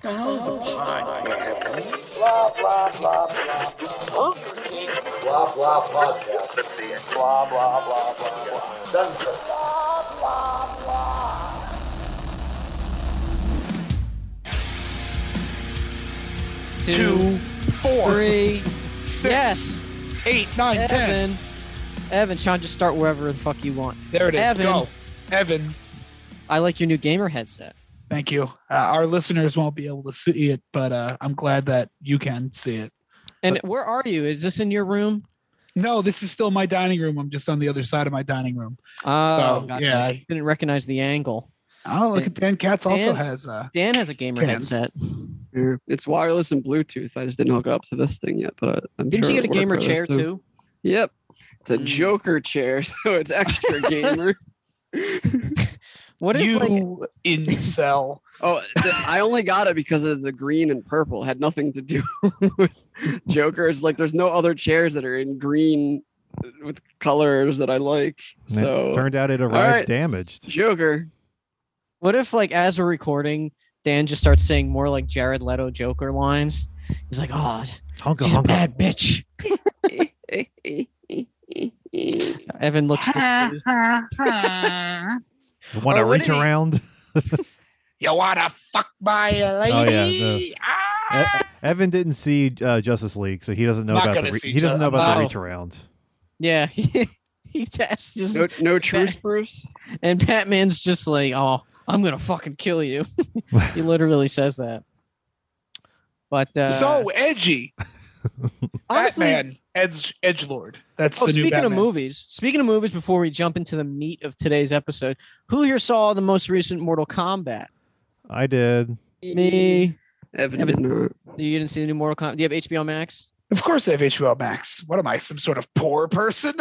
The hell's a podcast? Blah, blah, blah, blah, blah. Blah blah podcast. Blah, blah, blah, blah, blah. Sounds good. two, four, three, six, yes, eight, nine, ten. Evan. Evan, Sean, just start wherever the fuck you want. There it is. Evan. Go, Evan. I like your new gamer headset. Thank you. Uh, our listeners won't be able to see it, but uh, I'm glad that you can see it. And where are you? Is this in your room? No, this is still my dining room. I'm just on the other side of my dining room. Oh, So, gotcha. yeah, I- Didn't recognize the angle. Oh, look at Dan Katz also And- has. Uh, Dan has a gamer Cans. headset. Yeah, It's wireless and Bluetooth. I just didn't hook it up to this thing yet, but I, I'm Didn't sure you it'll get a work gamer for this chair thing. too? Yep, it's a Mm. Joker chair, so it's extra gamer. What if you like, incel. Oh, th- I only got it because of the green and purple. It had nothing to do with Joker. It's like there's no other chairs that are in green with colors that I like. And it So turned out it arrived right. damaged. Joker. what if like as we're recording, Dan just starts saying more like Jared Leto Joker lines? He's like, oh, Honka she's a honka. bad bitch. Evan looks Ah. disgusted. You want to Or what reach did he- around? You wanna fuck my lady? Oh, E- Ah! Evan didn't see uh, Justice League, so he doesn't know Not about gonna the re- see he doesn't know Ju- about the Oh. reach around. Yeah. he just just No, no truce, Bruce. And Batman's just like, "Oh, I'm gonna fucking kill you." he literally says that. But uh, so edgy. honestly, Batman, Edge Edgelord. That's oh, the new speaking of Batman. movies, speaking of movies, before we jump into the meat of today's episode, who here saw the most recent Mortal Kombat? I did. Me. Evan, Evan. did not. You didn't see the new Mortal Kombat? Do you have HBO Max? Of course, I have HBO Max. What am I, some sort of poor person?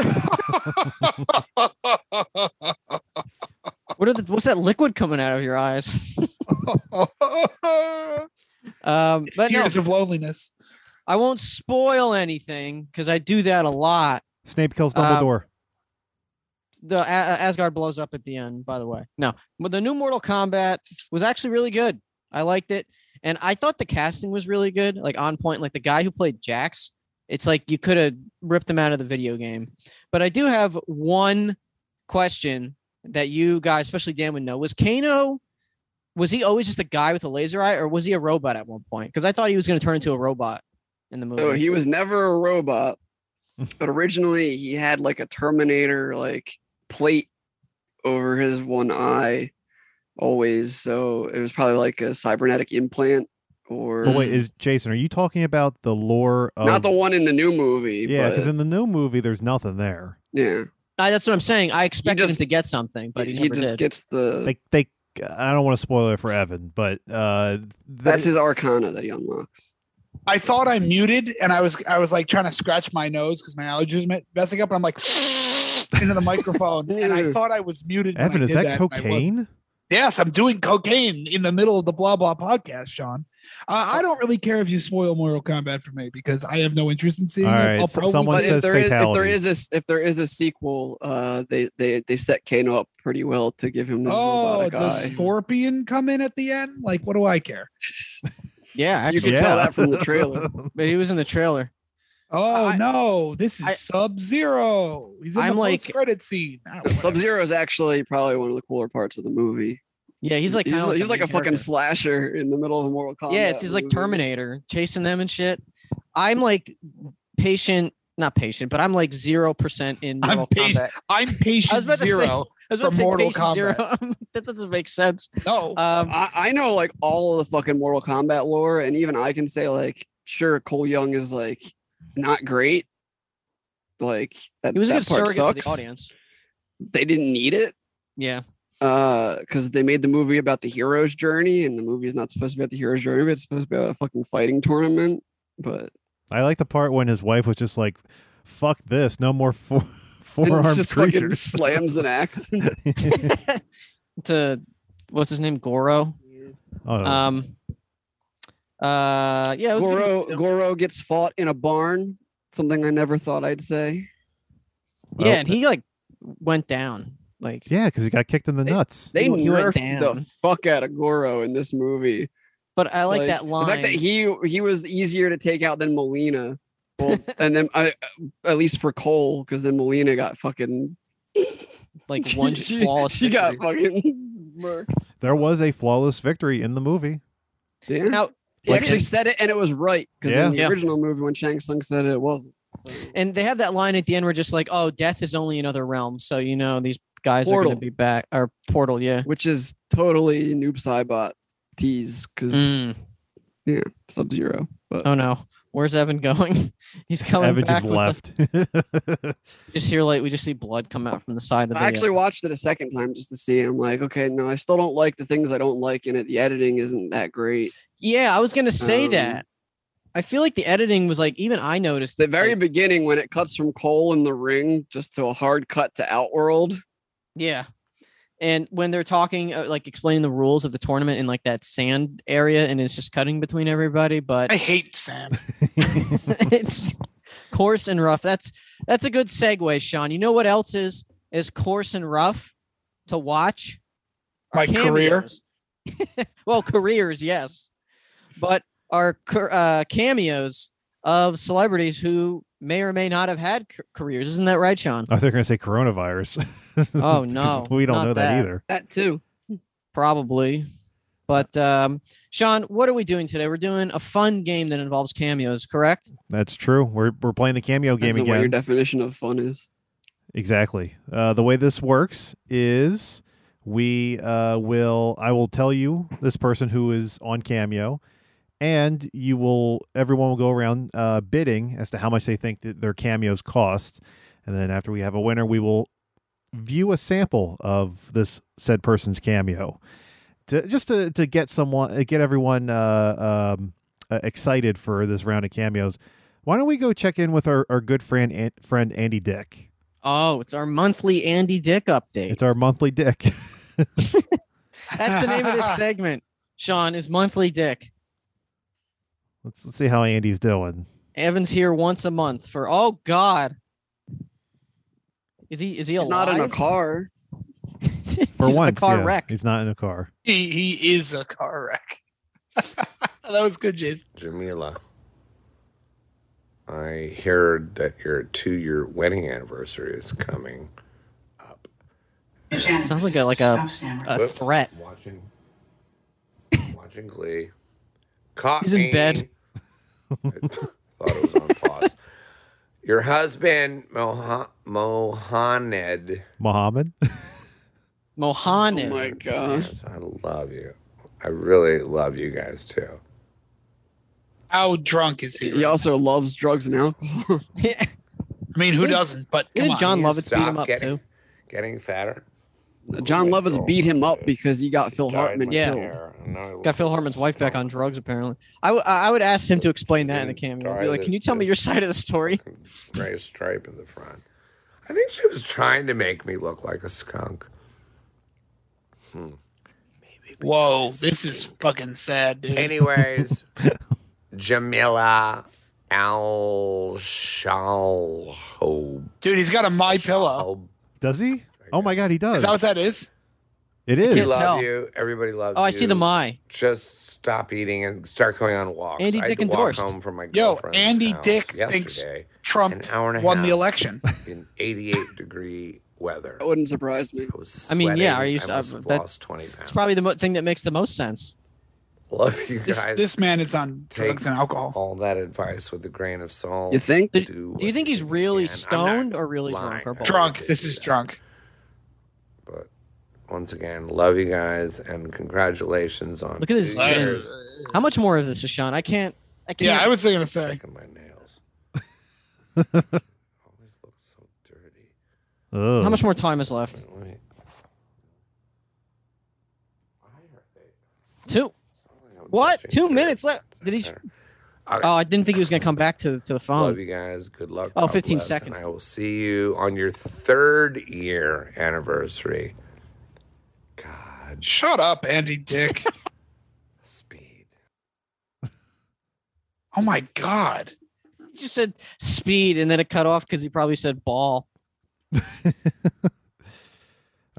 What are the, what's that liquid coming out of your eyes? Um, but no, Tears of loneliness. I won't spoil anything because I do that a lot. Snape kills Uh, Dumbledore. Um, the A- A- Asgard blows up at the end. By the way, no, but the new Mortal Kombat was actually really good. I liked it, and I thought the casting was really good, like on point. Like the guy who played Jax, it's like you could have ripped him out of the video game. But I do have one question that you guys, especially Dan, would know: Was Kano? Was he always just a guy with a laser eye, or was he a robot at one point? Because I thought he was going to turn into a robot in the movie. So he was never a robot, but originally he had like a Terminator like plate over his one eye always. So it was probably like a cybernetic implant or But wait, is Jason? Are you talking about the lore of? not the one in the new movie. yeah, because but, in the new movie, there's nothing there. yeah, I, that's what I'm saying. I expected him just- to get something, but he, he, never just did. gets the They they. I don't want to spoil it for Evan, but uh, th- that's his arcana that he unlocks. I thought I muted and I was I was like trying to scratch my nose because my allergies were messing up and I'm like into the microphone and I thought I was muted. when Evan. I Is did that, and I wasn't. cocaine? Yes, I'm doing cocaine in the middle of the blah blah podcast, Sean. Uh, I don't really care if you spoil Mortal Kombat for me because I have no interest in seeing All it. right, I'll so probably someone see But says it. if there is if there fatality. is a s- if there is a sequel, uh, they they they set Kano up pretty well to give him the Oh, robotic does eye. Scorpion come in at the end? Like, what do I care? yeah, You actually, can tell Yeah. that from the trailer. but he was in the trailer. Oh I- no, this is I- Sub Zero. He's in I'm the like- credit scene. Ah, whatever. Sub Zero is actually probably one of the cooler parts of the movie. Yeah, he's like he's, kinda like, he's like a main fucking character. slasher in the middle of Mortal Kombat. yeah, it's he's like movie. Terminator chasing them and shit. I'm like patient, not patient, but I'm like zero percent in I'm Mortal patient- Kombat. I'm patient about to say- zero. I was about for to say Mortal patient zero. that doesn't make sense. No, Um, I, I know like all of the fucking Mortal Kombat lore, and even I can say like, sure, Cole Young is like not great. Like that, he was a that good part surrogate sucks. for the audience. They didn't need it Yeah, because Uh, they made the movie about the hero's journey, and the movie is not supposed to be about the hero's journey, but it's supposed to be about a fucking fighting tournament. But I like the part when his wife was just like, "Fuck this, no more four and forearm it's just fucking creatures." slams an axe. to what's his name, Goro. oh, Um, uh, yeah, it was Goro good. Goro gets fought in a barn. Something I never thought I'd say. well, Yeah, and he like went down. Like yeah, because he got kicked in the nuts. They He- he went nerfed the down. fuck out of Goro in this movie. But I like, that The line. fact that he he was easier to take out than Molina. Well, and then I, at least for Cole, because then Molina got fucking like one she, flawless. she got victory. fucking murked. There was a flawless victory in the movie. Yeah. Now, he like- actually said it, and it was right because in the Yeah. Yeah. original movie when Shang Tsung said it, it wasn't. So- and they have that line at the end where just like, oh, death is only another realm. So you know these guys are Portal. gonna be back or portal, yeah. which is totally Noob Saibot tease because Mm. Sub Zero. But Oh no. Where's Evan going? He's coming Evan back. just with the- left. just hear like we just see blood come out from the side of the uh, I actually watched it a second time just to see. and I'm like, okay, no, I still don't like the things I don't like in it. The editing isn't that great. Yeah, I was gonna say Um, that. I feel like the editing was like even I noticed The it, very like- beginning when it cuts from Cole in the ring just to a hard cut to Outworld. yeah. And when they're talking, uh, like explaining the rules of the tournament in like that sand area, and it's just cutting between everybody, but I hate Sam. it's coarse and rough. That's that's a good segue, Sean. You know what else is is coarse and rough to watch? My career. career. well, careers, yes, but our uh, cameos of celebrities who may or may not have had ca- careers. Isn't that right, Sean? I thought they were going to Oh, say coronavirus. Oh, no, we don't not know that, that. either. That too. Probably. But um, Sean, what are we doing today? We're doing a fun game that involves cameos, correct? That's true. We're we're playing the cameo game Depends on what your again. definition of fun is. Exactly. Uh, the way this works is we uh, will I will tell you this person who is on Cameo, and you will everyone will go around uh, bidding as to how much they think that their cameos cost, and then after we have a winner, we will view a sample of this said person's cameo, to, just to to get someone uh, get everyone uh, um, uh, excited for this round of cameos. Why don't we go check in with our, our good friend An- friend Andy Dick? Oh, it's our monthly Andy Dick update. It's our monthly dick. That's the name of this segment, Sean, is Monthly Dick. let's, let's see how Andy's doing. Evan's here once a month for oh god. Is he is he He's alive? not in a car. For He's in once, a car yeah, wreck. He's not in a car. he, he is a car wreck. that was good, Jason. Jamila, I heard that your two year wedding anniversary is coming up. Sounds like a like a, a threat. Watching, watching Glee. Caught He's in me. bed. I thought it was on pause. Your husband, Moha- Mohaned. Mohammed. Mohaned. Oh my gosh. Yes, I love you. I really love you guys too. How drunk is he? He also loves drugs and alcohol. I mean, who doesn't? But come Didn't on. John you Lovitz beat stop him up getting- too? Getting fatter. John my Lovitz God. beat him up because he got Phil Dyed Hartman my yeah. killed. hair, and now I look Got Phil Hartman's wife back on skunk. drugs apparently. I, w- I would ask him to explain that in a cameo. I'd be like, Guy can you that tell me is- your side of the story? Fucking Gray stripe in the front. I think she was trying to make me look like a skunk. Hmm. Whoa, this is fucking sad, dude. Anyways, Jamila Al Shalhob. dude, he's got a my pillow. Does he? Oh my God, he does. Is that what that is? it I is. We can't- love No. you. Everybody loves you. Oh, I see the my. Just stop eating and start going on walks. Andy I had Dick to walk endorsed. home from my Yo, girlfriend's Andy house Dick yesterday thinks Trump an hour and a won half the election. in 88 degree weather. That wouldn't surprise me. I was I mean, yeah, sweating. are you- I must uh, have that- lost 20 pounds. It's probably the mo- thing that makes the most sense. Love you This, guys. this man is on Take drugs and alcohol. all that advice with a grain of salt. You think? Did- do, Do you what think he's really can. I'm stoned not or really lying. drunk or both? Drunk. This is drunk. But once again, love you guys and congratulations on. Look at his two chin. years. How much more of this is Sean? I can't. I can't. Yeah, I was gonna say. Checking my nails. Always look so dirty. Ugh. How much more time is left? Wait, let me- Why are they- Two. why are they What? touching Two their- minutes left. Did he? their- Okay. Oh, I didn't think he was gonna come back to to the Love phone. you guys. Good luck. Oh, God 15 bless, and seconds. I will see you on your third year anniversary. God, Shut up, Andy Dick. speed. oh my god. He just said speed, and then it cut off because he probably said ball.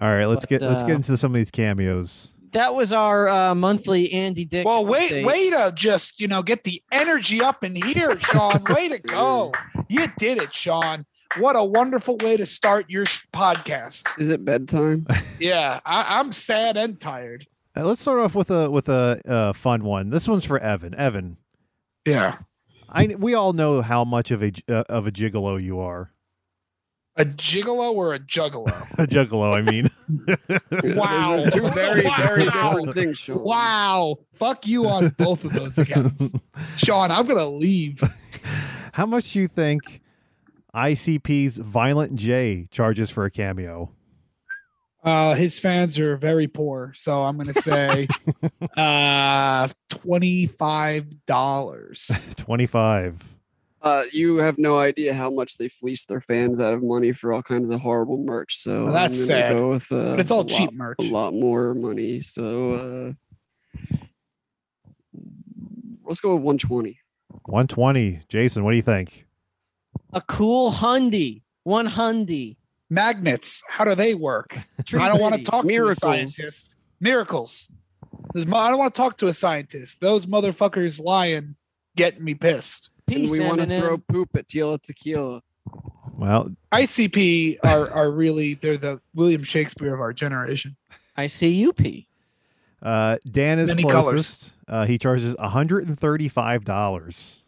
All right, let's But, get let's uh, get into some of these cameos. that was our uh, monthly Andy Dick. Well, wait, update. way to just, you know, get the energy up in here, Sean. way to go. You did it, Sean. What a wonderful way to start your sh- podcast. Is it bedtime? Yeah, I, I'm sad and tired. Uh, let's start off with a with a uh, fun one. This one's for Evan. Evan, Yeah. I we all know how much of a j- uh, of a gigolo you are. A gigolo or a juggalo? A juggalo, I mean. Yeah, Wow. Those are two very, very Wow. different things, Sean. wow. Fuck you on both of those accounts. Sean, I'm going to leave. how much do you think ICP's Violent J charges for a cameo? Uh, his fans are very poor, so I'm gonna say uh, twenty five dollars. Twenty five. Uh, you have no idea how much they fleece their fans out of money for all kinds of horrible merch. So Well, I'm that's gonna sad. Go with, uh, But it's all a cheap lot- merch. a lot more money. So uh, let's go with 120. One twenty. Jason, what do you think? a cool hundy, one hundy. Magnets, how do they work? I don't want to talk Miracles. to a scientist. Miracles. There's mo- I don't want to talk to a scientist. Those motherfuckers lying get me pissed. And Peace, we want to Eminem. throw poop at Tila Tequila. Well, ICP are are really they're the William Shakespeare of our generation. I see you pee. uh, Dan is Many closest. Uh, he charges one hundred and thirty five dollars.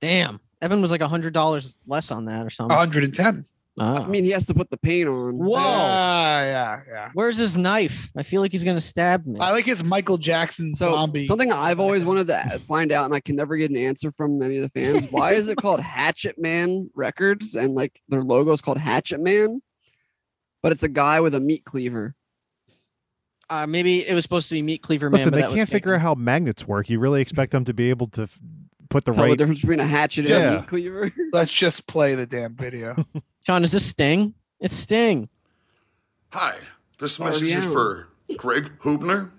Damn. Evan was like a hundred dollars less on that or something. One hundred and ten. Ah. I mean, he has to put the paint on. Whoa. yeah, yeah. Where's his knife? I feel like he's gonna stab me. I like his Michael Jackson So zombie. something I've always wanted to find out, and I can never get an answer from any of the fans. Why is it called Hatchet Man Records, and like their logo is called Hatchet Man, but it's a guy with a meat cleaver. Uh, maybe it was supposed to be meat cleaver man. Listen, but they that was can't figure out taken. how magnets work. You really expect them to be able to f- put the Tell the right? difference between a hatchet and Yeah. a meat cleaver. Let's just play the damn video. Sean, is this Sting? It's Sting. Hi, this Oh, message is yeah. for Greg Hubner.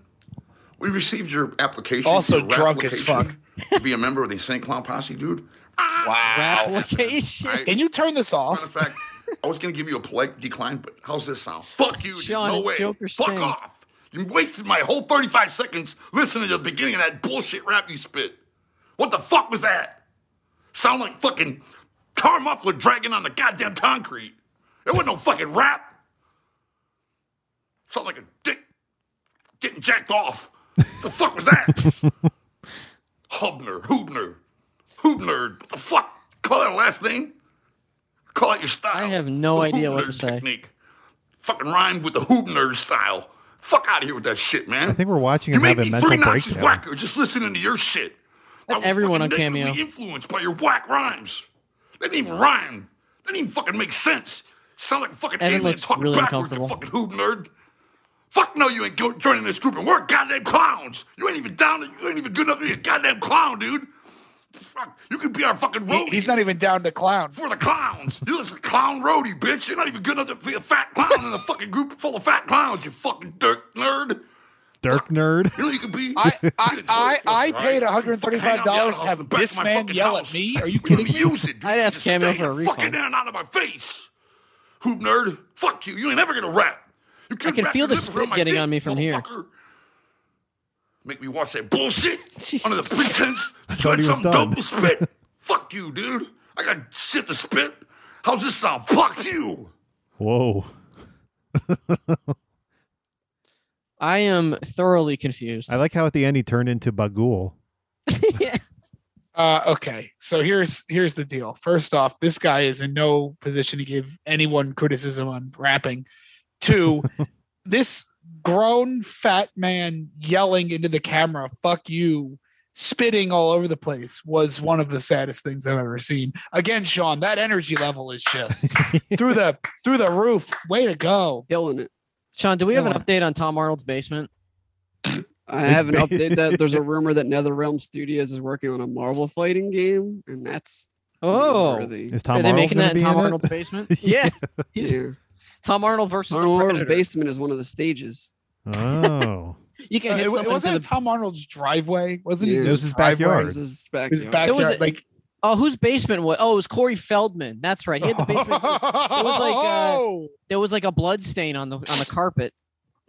We received your application. Also your drunk as application To be a member of the St. Clown Posse, dude. Replication. I, Can you turn this off? matter of fact, I was going to give you a polite decline, but how's this sound? Fuck you. dude. Sean, no it's way. Joker Fuck Sting. off. You wasted my whole 35 seconds listening to the beginning of that bullshit rap you spit. What the fuck was that? Sound like fucking tar muffler dragging on the goddamn concrete. It wasn't no fucking rap. Sound like a dick getting jacked off. The fuck was that? Hubner, Hubner, Hubner. What the fuck? Call that a last name? Call it your style. I have no The idea what to Hubner say. Technique. Fucking rhyme with the Hubner style. Fuck out of here with that shit, man. I think we're watching you him made have a me mental three Nazis breakdown. whacker just listening to your shit. I was everyone fucking on Cameo. negatively influenced by your whack rhymes. They didn't even rhyme. They didn't even fucking make sense. Sound like a fucking Evan alien looks talking really backwards, you uncomfortable. fucking hoob nerd. Fuck no, you ain't go- joining this group, and we're goddamn clowns. You ain't even down. You ain't even good enough to be a goddamn clown, dude. Fuck, you could be our fucking He- roadie he's not even down to clown. for the clowns. You're just a clown roadie, bitch. You're not even good enough to be a fat clown in a fucking group full of fat clowns. You fucking dirt nerd. Dirk nerd. You know you could be. I You're I the I, total I fucker, all paid right? one hundred and thirty-five dollars to Fucking hang out in have the house in this the back of man my yell fucking at me. house. Are you You're kidding me? Use it. dude. I'd ask Just Cameo stay for a the Fucking refund. down out of my face, hoop nerd. Fuck you. You ain't never gonna rap. You couldn't can wrap feel your the lips around spit my getting dick, on me from here. motherfucker. Make me watch that bullshit under the Jesus. pretense that you thought had he was some done. dope to spit. Fuck you, dude. I got shit to spit. How's this sound? Fuck you. Whoa. I am thoroughly confused. I like how at the end he turned into Bagul. Uh, okay, so here's here's the deal. First off, this guy is in no position to give anyone criticism on rapping. Two, this grown fat man yelling into the camera, "Fuck you." Spitting all over the place was one of the saddest things I've ever seen. Again, Sean, that energy level is just through the through the roof. Way to Oh. go! Killing it. Sean, do we have an Come on. update on Tom Arnold's basement? I It's have an ba- update that there's a rumor that NetherRealm Studios is working on a Marvel fighting game, and that's Oh, newsworthy. Is Tom are they Arnold making gonna that in be Tom in it? Arnold's basement? Yeah, He's- Yeah. Tom Arnold versus the Arnold Arnold's Predator. basement is one of the stages. Oh, You can Uh, hit it, stuff it into wasn't the it Tom Arnold's driveway, wasn't Yeah. it? It was his backyard. This is back. His It was backyard, a- like Oh, whose basement was? Oh, it was Corey Feldman. That's right. He had the basement. was like, uh, there was like a blood stain on the on the carpet.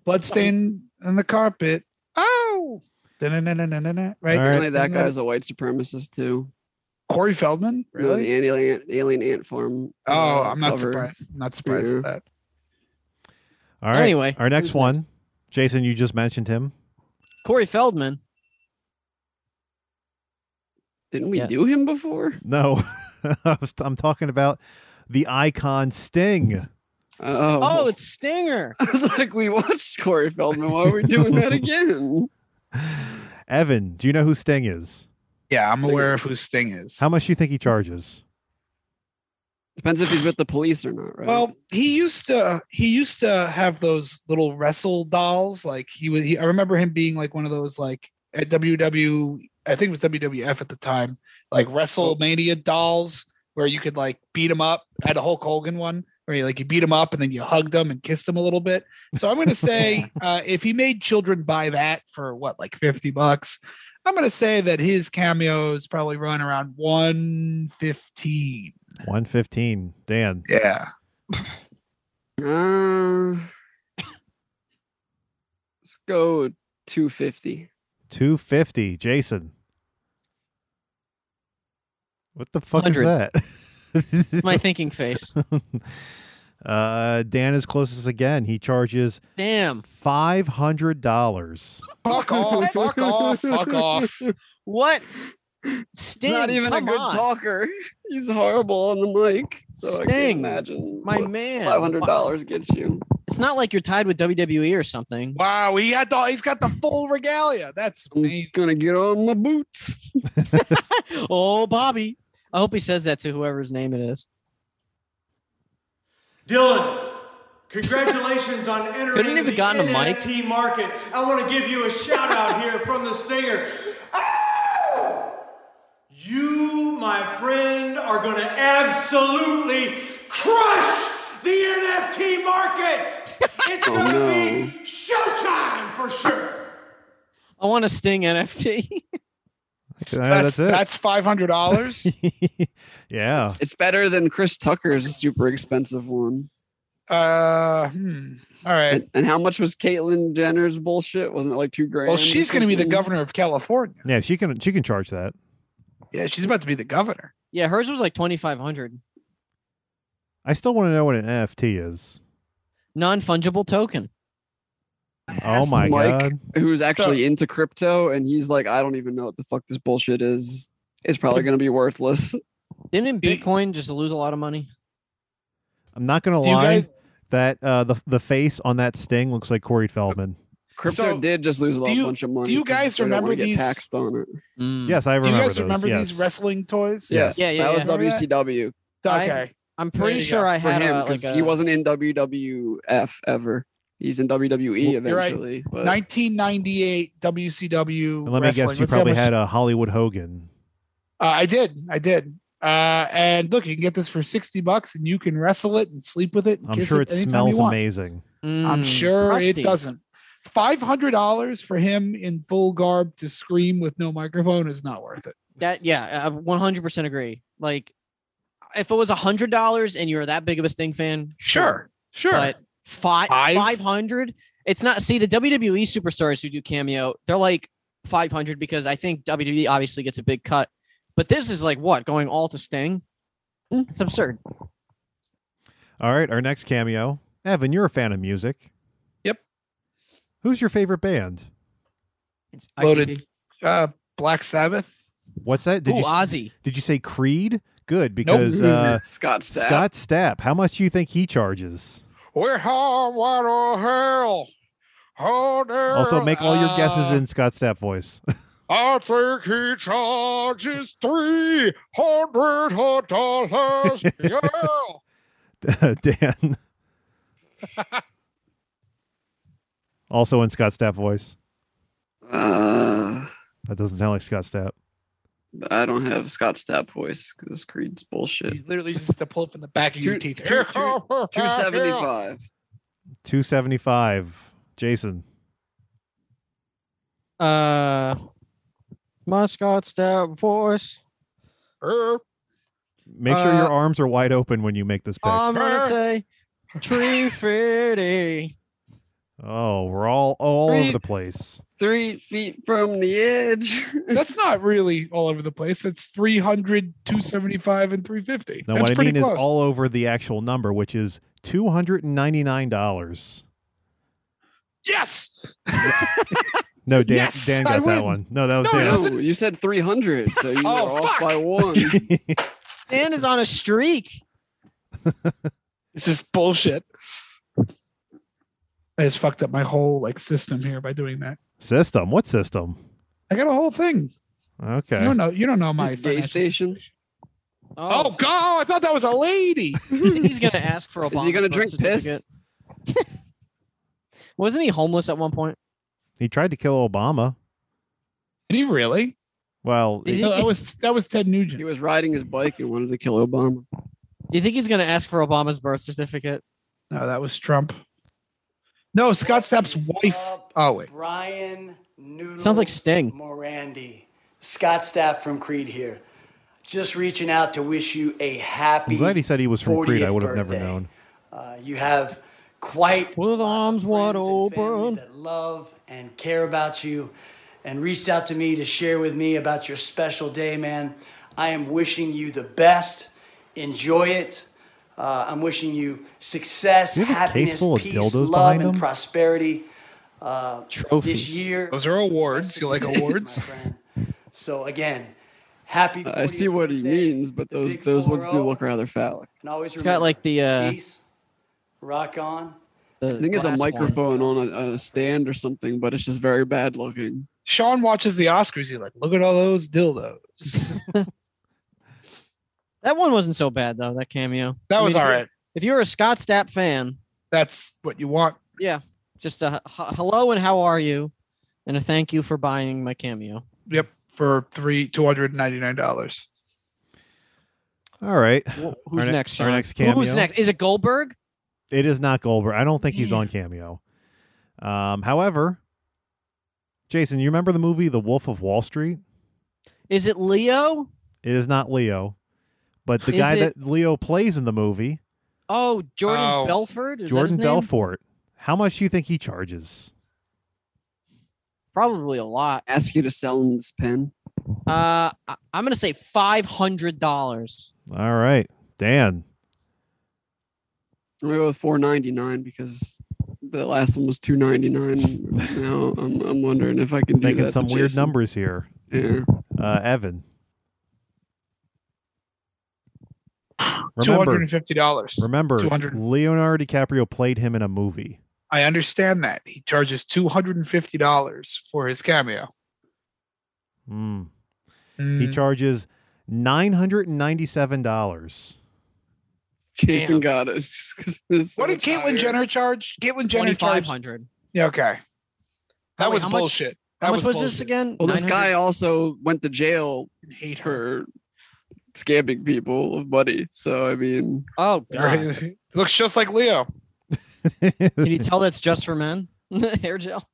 bloodstain on the carpet. Oh, Da-na-na-na-na-na-na, right? All right. Apparently that Isn't that- guy's a white supremacist too. Corey Feldman, You know, really? the alien alien ant farm. Oh, uh, I'm not cover. surprised. I'm not surprised figure. at that. All right. Anyway, our next who's one, Jason, you just mentioned him. Corey Feldman. Didn't we Yeah. do him before? No, I was- I'm talking about the icon Sting. Oh, Oh, it's Stinger. I was like, we watched Corey Feldman. Why are we doing that again? Evan, do you know who Sting is? Yeah, I'm Sting. aware of who Sting is. How much do you think he charges? Depends if he's with the police or not, right? Well, he used to he used to have those little wrestle dolls. Like he was, he, I remember him being like one of those like at WW. I think it was WWF at the time, like WrestleMania dolls where you could like beat him up. I had a Hulk Hogan one where you like you beat him up and then you hugged him and kissed him a little bit. So I'm gonna say uh, if he made children buy that for what like fifty bucks, I'm gonna say that his cameos probably run around one fifteen. 115. Dan, Yeah. Uh, let's go 250. 250. Jason. What the fuck 100. is that? My thinking face. uh, Dan is closest again. He charges Damn. $500. Fuck off, Oh, fuck off, fuck off. What? He's Sting. not even a come good on. talker. He's horrible on the mic. So I Sting, can imagine. My what man. $500 gets you. It's not like you're tied with WWE or something. Wow, he had the he's got the full regalia. That's I'm amazing. going to get on my boots. oh, Bobby. I hope he says that to whoever's name it is. Dylan, congratulations on entering Couldn't have the gotten a mic. NFT market. I want to give you a shout out here from the Stinger. Ow! You, my friend, are going to absolutely crush the NFT market. It's Oh, going to no. be showtime for sure. I want a Sting NFT. Yeah, That's it. that's five hundred dollars. yeah. It's better than Chris Tucker's super expensive one. uh, hmm. All right. And, and how much was Caitlyn Jenner's bullshit? Wasn't it like two grand? Well, or she's going to be the something? governor of California. Yeah, she can she can charge that. Yeah, she's about to be the governor. yeah, hers was like 2500 I still want to know what an NFT is. Non fungible token. I Oh asked my Mike, god. Who's actually into crypto, and he's like, I don't even know what the fuck this bullshit is. It's probably going to be worthless. Didn't Do- Bitcoin just lose a lot of money? I'm not gonna Do you lie guys- that uh the the face on that sting looks like Corey Feldman. Crypto So, did just lose a do lot, you- bunch of money. you 'cause guys they don't wanna remember get these- taxed on it? Mm. Yes, I Do remember you guys those, remember these yes. wrestling toys? Yes. Yeah, yeah, that was yeah. Remember that? WCW I- Okay. I'm There pretty you sure go. I for had him a, like because a, he wasn't in WWF ever. He's in WWE Well, you're right. eventually. But 1998 WCW. And let me wrestling. guess, you Let's see how probably much- had uh, a Hollywood Hogan. Uh, I did. I did. Uh, and look, you can get this for 60 bucks and you can wrestle it and sleep with it. And I'm kiss sure it it anytime you smells want. amazing. I'm Mm, sure crusty. it doesn't. Five hundred dollars for him in full garb to scream with no microphone is not worth it. That yeah, I 100% agree. Like if it was $100 and you're that big of a Sting fan, sure. But five Five? five hundred. It's not. See, the WWE superstars who do cameo, they're like five hundred because I think WWE obviously gets a big cut. But this is like what going all to Sting. It's absurd. All right, our next cameo. Evan, you're a fan of music. Yep. Who's your favorite band? It's Loaded. ICP. uh, Black Sabbath. What's that? Did Ooh, you Ozzy. did you say Creed? Good, because uh, Scott Stapp. Scott Stapp. How much do you think he charges? We're home, what oh hell. Oh, dear. Also, make all your guesses Uh, in Scott Stapp voice. I think he charges three hundred dollars. yeah. Dan. also in Scott Stapp voice. Uh, That doesn't sound like Scott Stapp. I don't have Scott Stapp voice because Creed's bullshit. You literally just have to pull up in the back of your Two- teeth. two- two- 275. 275. Jason. Uh, my Scott Stapp voice. Er, Make sure your Uh, arms are um, er. wide open when you make this pick. I'm gonna say three fifty. Oh, we're all all over Three- the place. Three feet from the edge. That's not really all over the place. That's 300, 275, and 350. Now, That's what I pretty mean close. is all over the actual number, which is two hundred and ninety nine dollars. yes. No, Dan, Yes, Dan I got that win. one. No, that was No, Dan. it No, you said 300, so you Oh, were off fuck. by one. Dan is on a streak. This is bullshit. I just fucked up my whole like system here by doing that. system. What system? I got a whole thing. Okay. You don't know. You don't know my This gay financial station? situation. Oh God! I thought that was a lady. he's gonna ask for a. Is he gonna drink piss? Wasn't he homeless at one point? He tried to kill Obama. Did he really? Well, Did it- he? No, that was that was Ted He Nugent. was riding his bike and wanted to kill Obama. Do you think he's gonna ask for Obama's birth certificate? No, that was Trump. No, Scott Stapp's wife. Oh wait. Brian Noodle. Sounds like Sting. Morandi. Scott Stapp from Creed here. Just reaching out to wish you a happy. I'm glad he said he was from Creed. I 40th would have never birthday. known. Uh, you have quite a With lot of arms wide friends and family open. that love and care about you and reached out to me to share with me about your special day, man. I am wishing you the best. Enjoy it. Uh, I'm wishing you success, You have a case happiness, full of peace, dildos love, behind and him? prosperity uh, this Trophies. year. Those are awards. You like awards? My friend. So again, happy. Uh, I see 40th what he birthday, means, but the those big those ones do 4-0, look rather phallic. And always It's got like the. Uh, peace, rock on. the I think it's a last one. microphone on a, on a stand or something, but it's just very bad looking. Sean watches the Oscars. He's like, look at all those dildos. That one wasn't so bad though. That cameo. That I was mean, if all you're- right. If you're a Scott Stapp fan, That's what you want. just a h- h- hello and how are you, and a thank you for buying my cameo. Yep. For three two hundred and ninety nine dollars. All right. Wh- Who's ne- next? our Sean? next Who- cameo? Who's next? Is it Goldberg? It is not Goldberg. I don't think he's on Cameo. Um, however, Jason, you remember the movie The Wolf of Wall Street? Is it Leo? It is not Leo, but the Is guy it- that Leo plays in the movie, Oh, Jordan Oh. Belford. Is that Jordan his name? Belfort. How much do you think he charges? Probably a lot. Ask you to sell him this pen. Uh, I- I'm gonna say five hundred dollars. All right, Dan. I'm gonna go with 499 because the last one was 299. now I'm, I'm wondering if I can do Thinking that some to weird Jason. numbers here. Yeah. Uh, Evan. Two hundred Remember, and fifty dollars. remember, 200. Leonardo DiCaprio played him in a movie. I understand that. He charges two hundred and fifty dollars for his cameo. Mm. Mm. He charges nine hundred and ninety-seven dollars. Jason got it. It's so what did Caitlyn tired. Jenner charge? Caitlyn Jenner Twenty five charged. hundred. Yeah, okay. That wait, was how much- bullshit. that How much was was this bullshit. again? Well, this 900? guy also went to jail Hate her. for scamming people of money. So I mean, Oh god. Looks just like Leo. Can you tell that's just for men? Hair gel.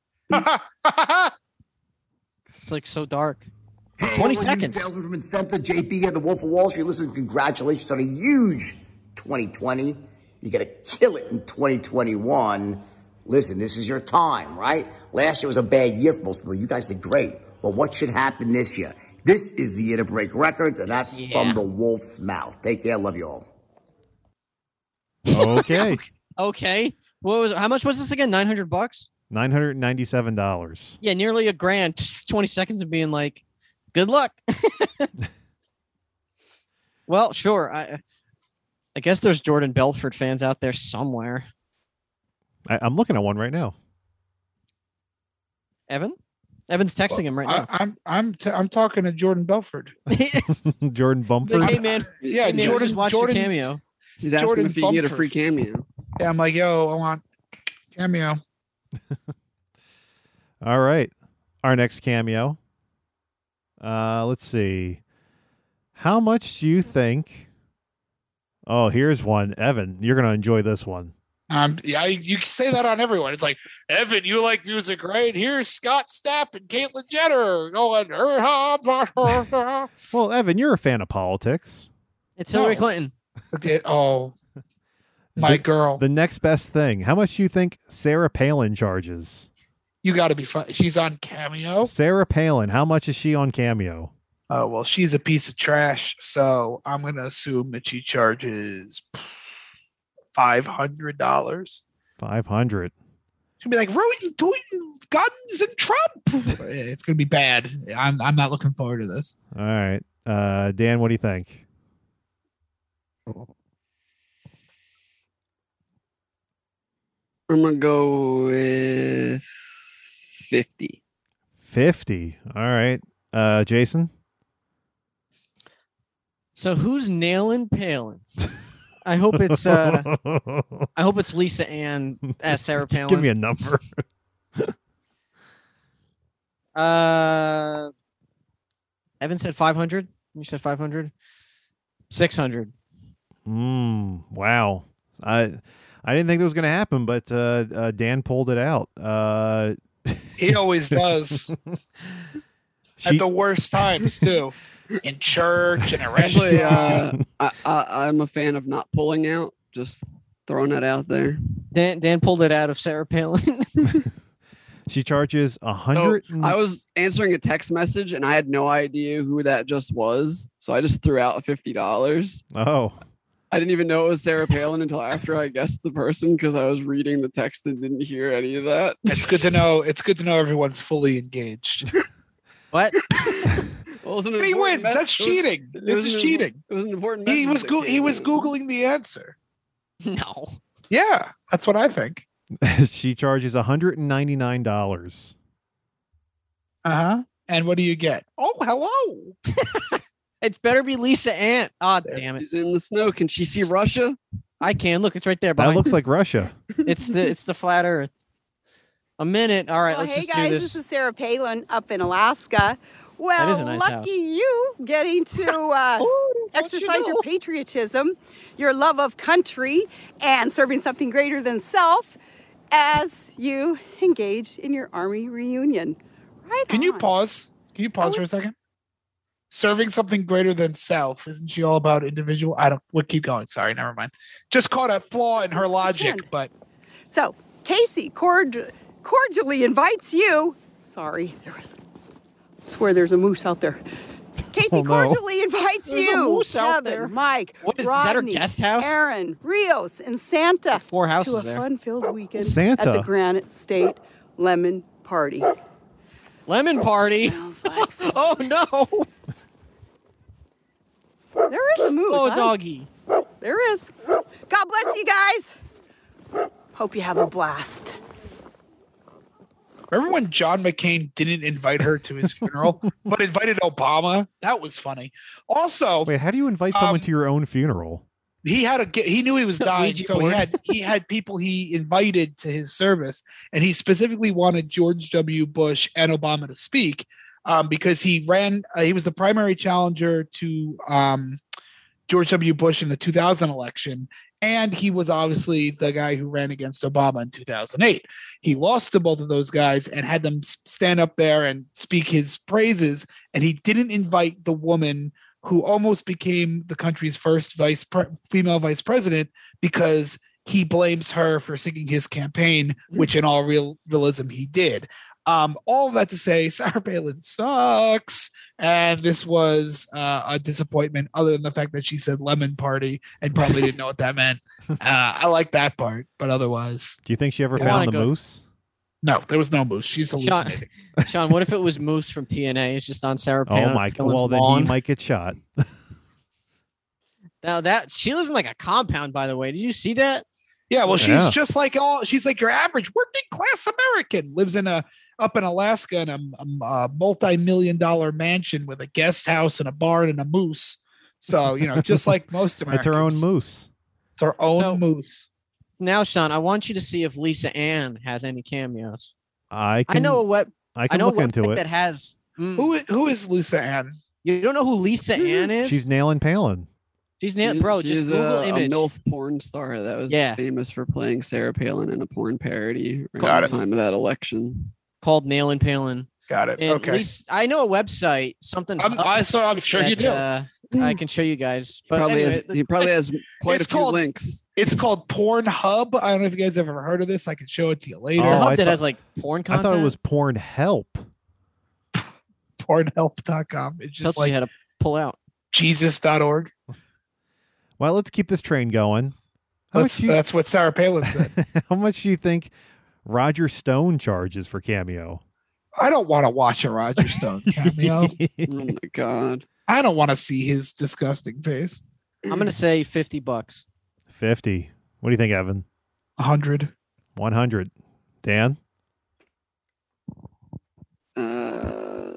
It's like so dark. 20 seconds. Salesman from Incentive, JP and the Wolf of Wall Street. Listen, congratulations on a huge 2020. You got to kill it in 2021. Listen, this is your time, right? Last year was a bad year for most people. You guys did great. But what should happen this year? This is the year to break records, and that's from the wolf's mouth. Take care. Love you all. okay, Okay. What was how much was this again? Nine hundred bucks? nine hundred and ninety-seven dollars. Yeah, nearly a grand. Twenty seconds of being like, good luck. well, sure. I I guess there's Jordan Belford fans out there somewhere. I'm looking at one right now. Evan? Evan's texting him right I, I'm I'm t- I'm talking to Jordan Belford. now. Jordan Bumford. like, hey man, Yeah, hey, man, I Jordan. just watched your Jordan. cameo. he's asking Jordan if he can get a free cameo. Yeah, I'm like, yo, I want cameo. All right, our next cameo. Uh, let's see. How much do you think? Oh, here's one, Evan. You're gonna enjoy this one. Um, yeah, I- you can say that on everyone. It's like Evan, you like music, right? Here's Scott Stapp and Caitlyn Jenner going. "Er, ha, ha, ha, ha." Well, Evan, you're a fan of politics. It's Hillary No. Clinton. Okay, oh, my girl. The next best thing. How much do you think Sarah Palin charges? you got to be fun. She's on Cameo. Sarah Palin, how much is she on Cameo? Oh well, she's a piece of trash. So I'm gonna assume that she charges five hundred dollars. 500. She'll be like rooting, tooting, guns, and Trump. Eh, it's gonna be bad. I'm I'm not looking forward to this. All right. Uh, Dan, what do you think? I'm gonna go with fifty. 50. All right. Uh, Jason? So who's nailing Palin? I hope it's uh, I hope it's Lisa Ann as Sarah Just Palin. Give me a number. Uh, Evan said 500. You said 500. 600. Mm, wow. I I didn't think that was going to happen, but uh, uh, Dan pulled it out. Uh, He always does she, at the worst times too, in church and a Actually, restaurant. uh, I, I, I'm a fan of not pulling out. Just throwing that out there. Dan Dan pulled it out of Sarah Palin. she charges a hundred. and- I was answering a text message and I had no idea who that just was, so I just threw out fifty dollars. oh, I didn't even know it was Sarah Palin until after I guessed the person because I was reading the text and didn't hear any of that. It's good to know. It's good to know everyone's fully engaged. Well, what? it was an But he important wins. mes- That's it was- cheating. it This was is an- cheating. It was an important. He message was that go- he came was in. googling the answer. No. Yeah, that's what I think. she charges a hundred and ninety nine dollars. Uh huh. And what do you get? Oh, hello. It's better be Lisa Ann. Ah, damn it. She's in the snow. Can she see Russia? I can look. It's right there. That Behind looks like Russia. it's the it's the flat Earth. A minute. All right, well, let's hey just guys, do this. is Sarah Palin up in Alaska. That is Well, a nice lucky house. Oh, you getting to uh, exercise your patriotism, your love of country, and serving something greater than self as you engage in your Army reunion. Right? Can you on. pause? Can you pause for a second? Serving something greater than self. Isn't she all about individual? I don't. We'll keep going. Sorry, never mind. Just caught a flaw in her logic, can. but So, Casey cord- cordially invites you. Sorry, there was. Swear there's a moose out there. Casey Oh, no. cordially invites There's a you. moose Kevin, out there. Mike. What is- is Rodney, that her guest house? Aaron, Rios, and Santa. Four houses to a there. fun-filled weekend Santa. at the Granite State Lemon Party. Lemon party. Sounds like Oh no. there is a moose. Oh I- doggy. There is. God bless you guys. Hope you have a blast. remember when John McCain didn't invite her to his funeral, but invited Obama? That was funny. Also, Wait, how do you invite someone Um, to your own funeral? he had a ge- he knew he was dying Ouija so board. he had he had people he invited to his service and he specifically wanted george w bush and obama to speak um, because he ran uh, he was the primary challenger to um, george w bush in the 2000 election and he was obviously the guy who ran against obama in 2008 he lost to both of those guys and had them s- stand up there and speak his praises and he didn't invite the woman who almost became the country's first vice pre- female vice president because he blames her for singing his campaign, which in all real realism he did. Um, all of that to say, Sarah Palin sucks, and this was uh, a disappointment. Other than the fact that she said "lemon party" and probably didn't know what that meant. Uh, I like that part, but otherwise, Do you think she ever I wanna found the go- moose? no, there was no moose. She's Sean, hallucinating. Sean, what if it was Moose from TNA? It's just on Sarah Palin. Oh my! god! Palin's Well, then lawn. he might get shot. Now that she lives in like a compound, by the way. Did you see that? Yeah, well, she's Yeah. just like all. She's like your average working class American. Lives in a up in Alaska in a, a, a multi-million dollar mansion with a guest house and a barn and a moose. So you know, just like most It's Americans, her own moose. It's her own So- moose. Now, Sean, I want you to see if Lisa Ann has any cameos. I can. I know a web. I I, can know a look into website it. that has. Mm. Who i- who is Lisa Ann? you don't know who Lisa Ann is? She's nailing Palin. She's nailed, bro. She- just she's Google a, a image. MILF porn star that was Yeah. famous for playing Sarah Palin in a porn parody around Got the it. time of that election. called Nail and Palin. Got it. And okay. Lisa, I know a website, something. I'm, I so I'm sure you that, do. uh, I can show you guys. But probably anyway, has, he probably has quite a it's few called- links. It's called Pornhub. I don't know if you guys have ever heard of this. I can show it to you later. it's a Oh, hub I that thought- has like porn I content. thought it was porn help. Pornhelp.com. It's tells just you like how to pull out. Jesus.org. Well, let's keep this train going. How That's, much, you, that's what Sarah Palin said. how much do you think Roger Stone charges for cameo? I don't want to watch a Roger Stone cameo. Oh my god. I don't want to see his disgusting face. I'm gonna say fifty bucks. 50. What do you think, Evan? 100. 100. Dan? Uh,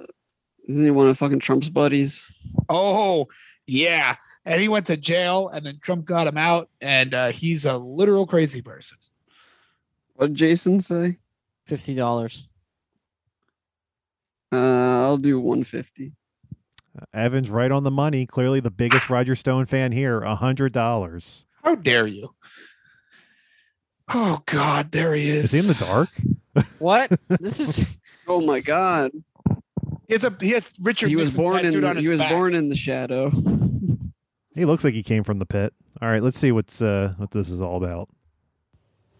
isn't he one of fucking Trump's buddies? Oh, yeah. And he went to jail, and then Trump got him out, and uh, he's a literal crazy person. What did Jason say? Fifty dollars. Uh, I'll do 150. Evan's right on the money. Clearly the biggest Roger Stone fan here. $100. How dare you? Oh, God, there he Is is. he in the dark? What? this is Oh my god. He has, a, he has Richard He was Nixon born in tattooed on he his was back. born in the shadow. He looks like he came from the pit. All right, let's see what's uh, what this is all about.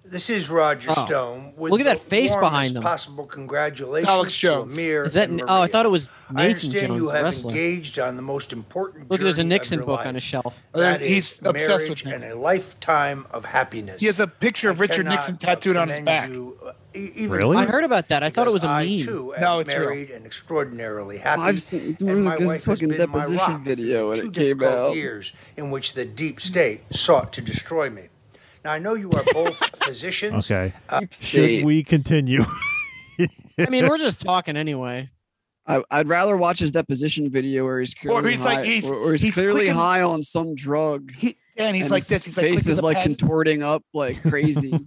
This is Roger Oh. Stone. With Look at that the face warmest behind him. Possible congratulations, Alex Jones. To Amir is that? and Oh, I Maria. thought it was I Nathan understand Jones you have wrestling. engaged on the most important. Look, there's a journey of Nixon your book life. on a shelf. That He's is obsessed with marriage and Nixon. a lifetime of happiness. He has a picture of I Richard cannot, Nixon uh, tattooed on his commend back. you, uh, e- even Really? I further, heard about that. I thought it was because a I, meme. too, am No, it's real. married and extraordinarily happy. I've seen- there and was my this wife has fucking been my deposition rock through video when two it came difficult out. years in which the deep state sought to destroy me. Now I know you are both physicians. Uh, Okay. State. Should we continue? Uh, I mean, we're just talking anyway. I, I'd rather watch his deposition video where he's clearly he's high, like- he's- or, or he's, he's clearly clicking- high on some drug. He, and he's and like his this. He's like, face clicking is the like pen. contorting up like crazy.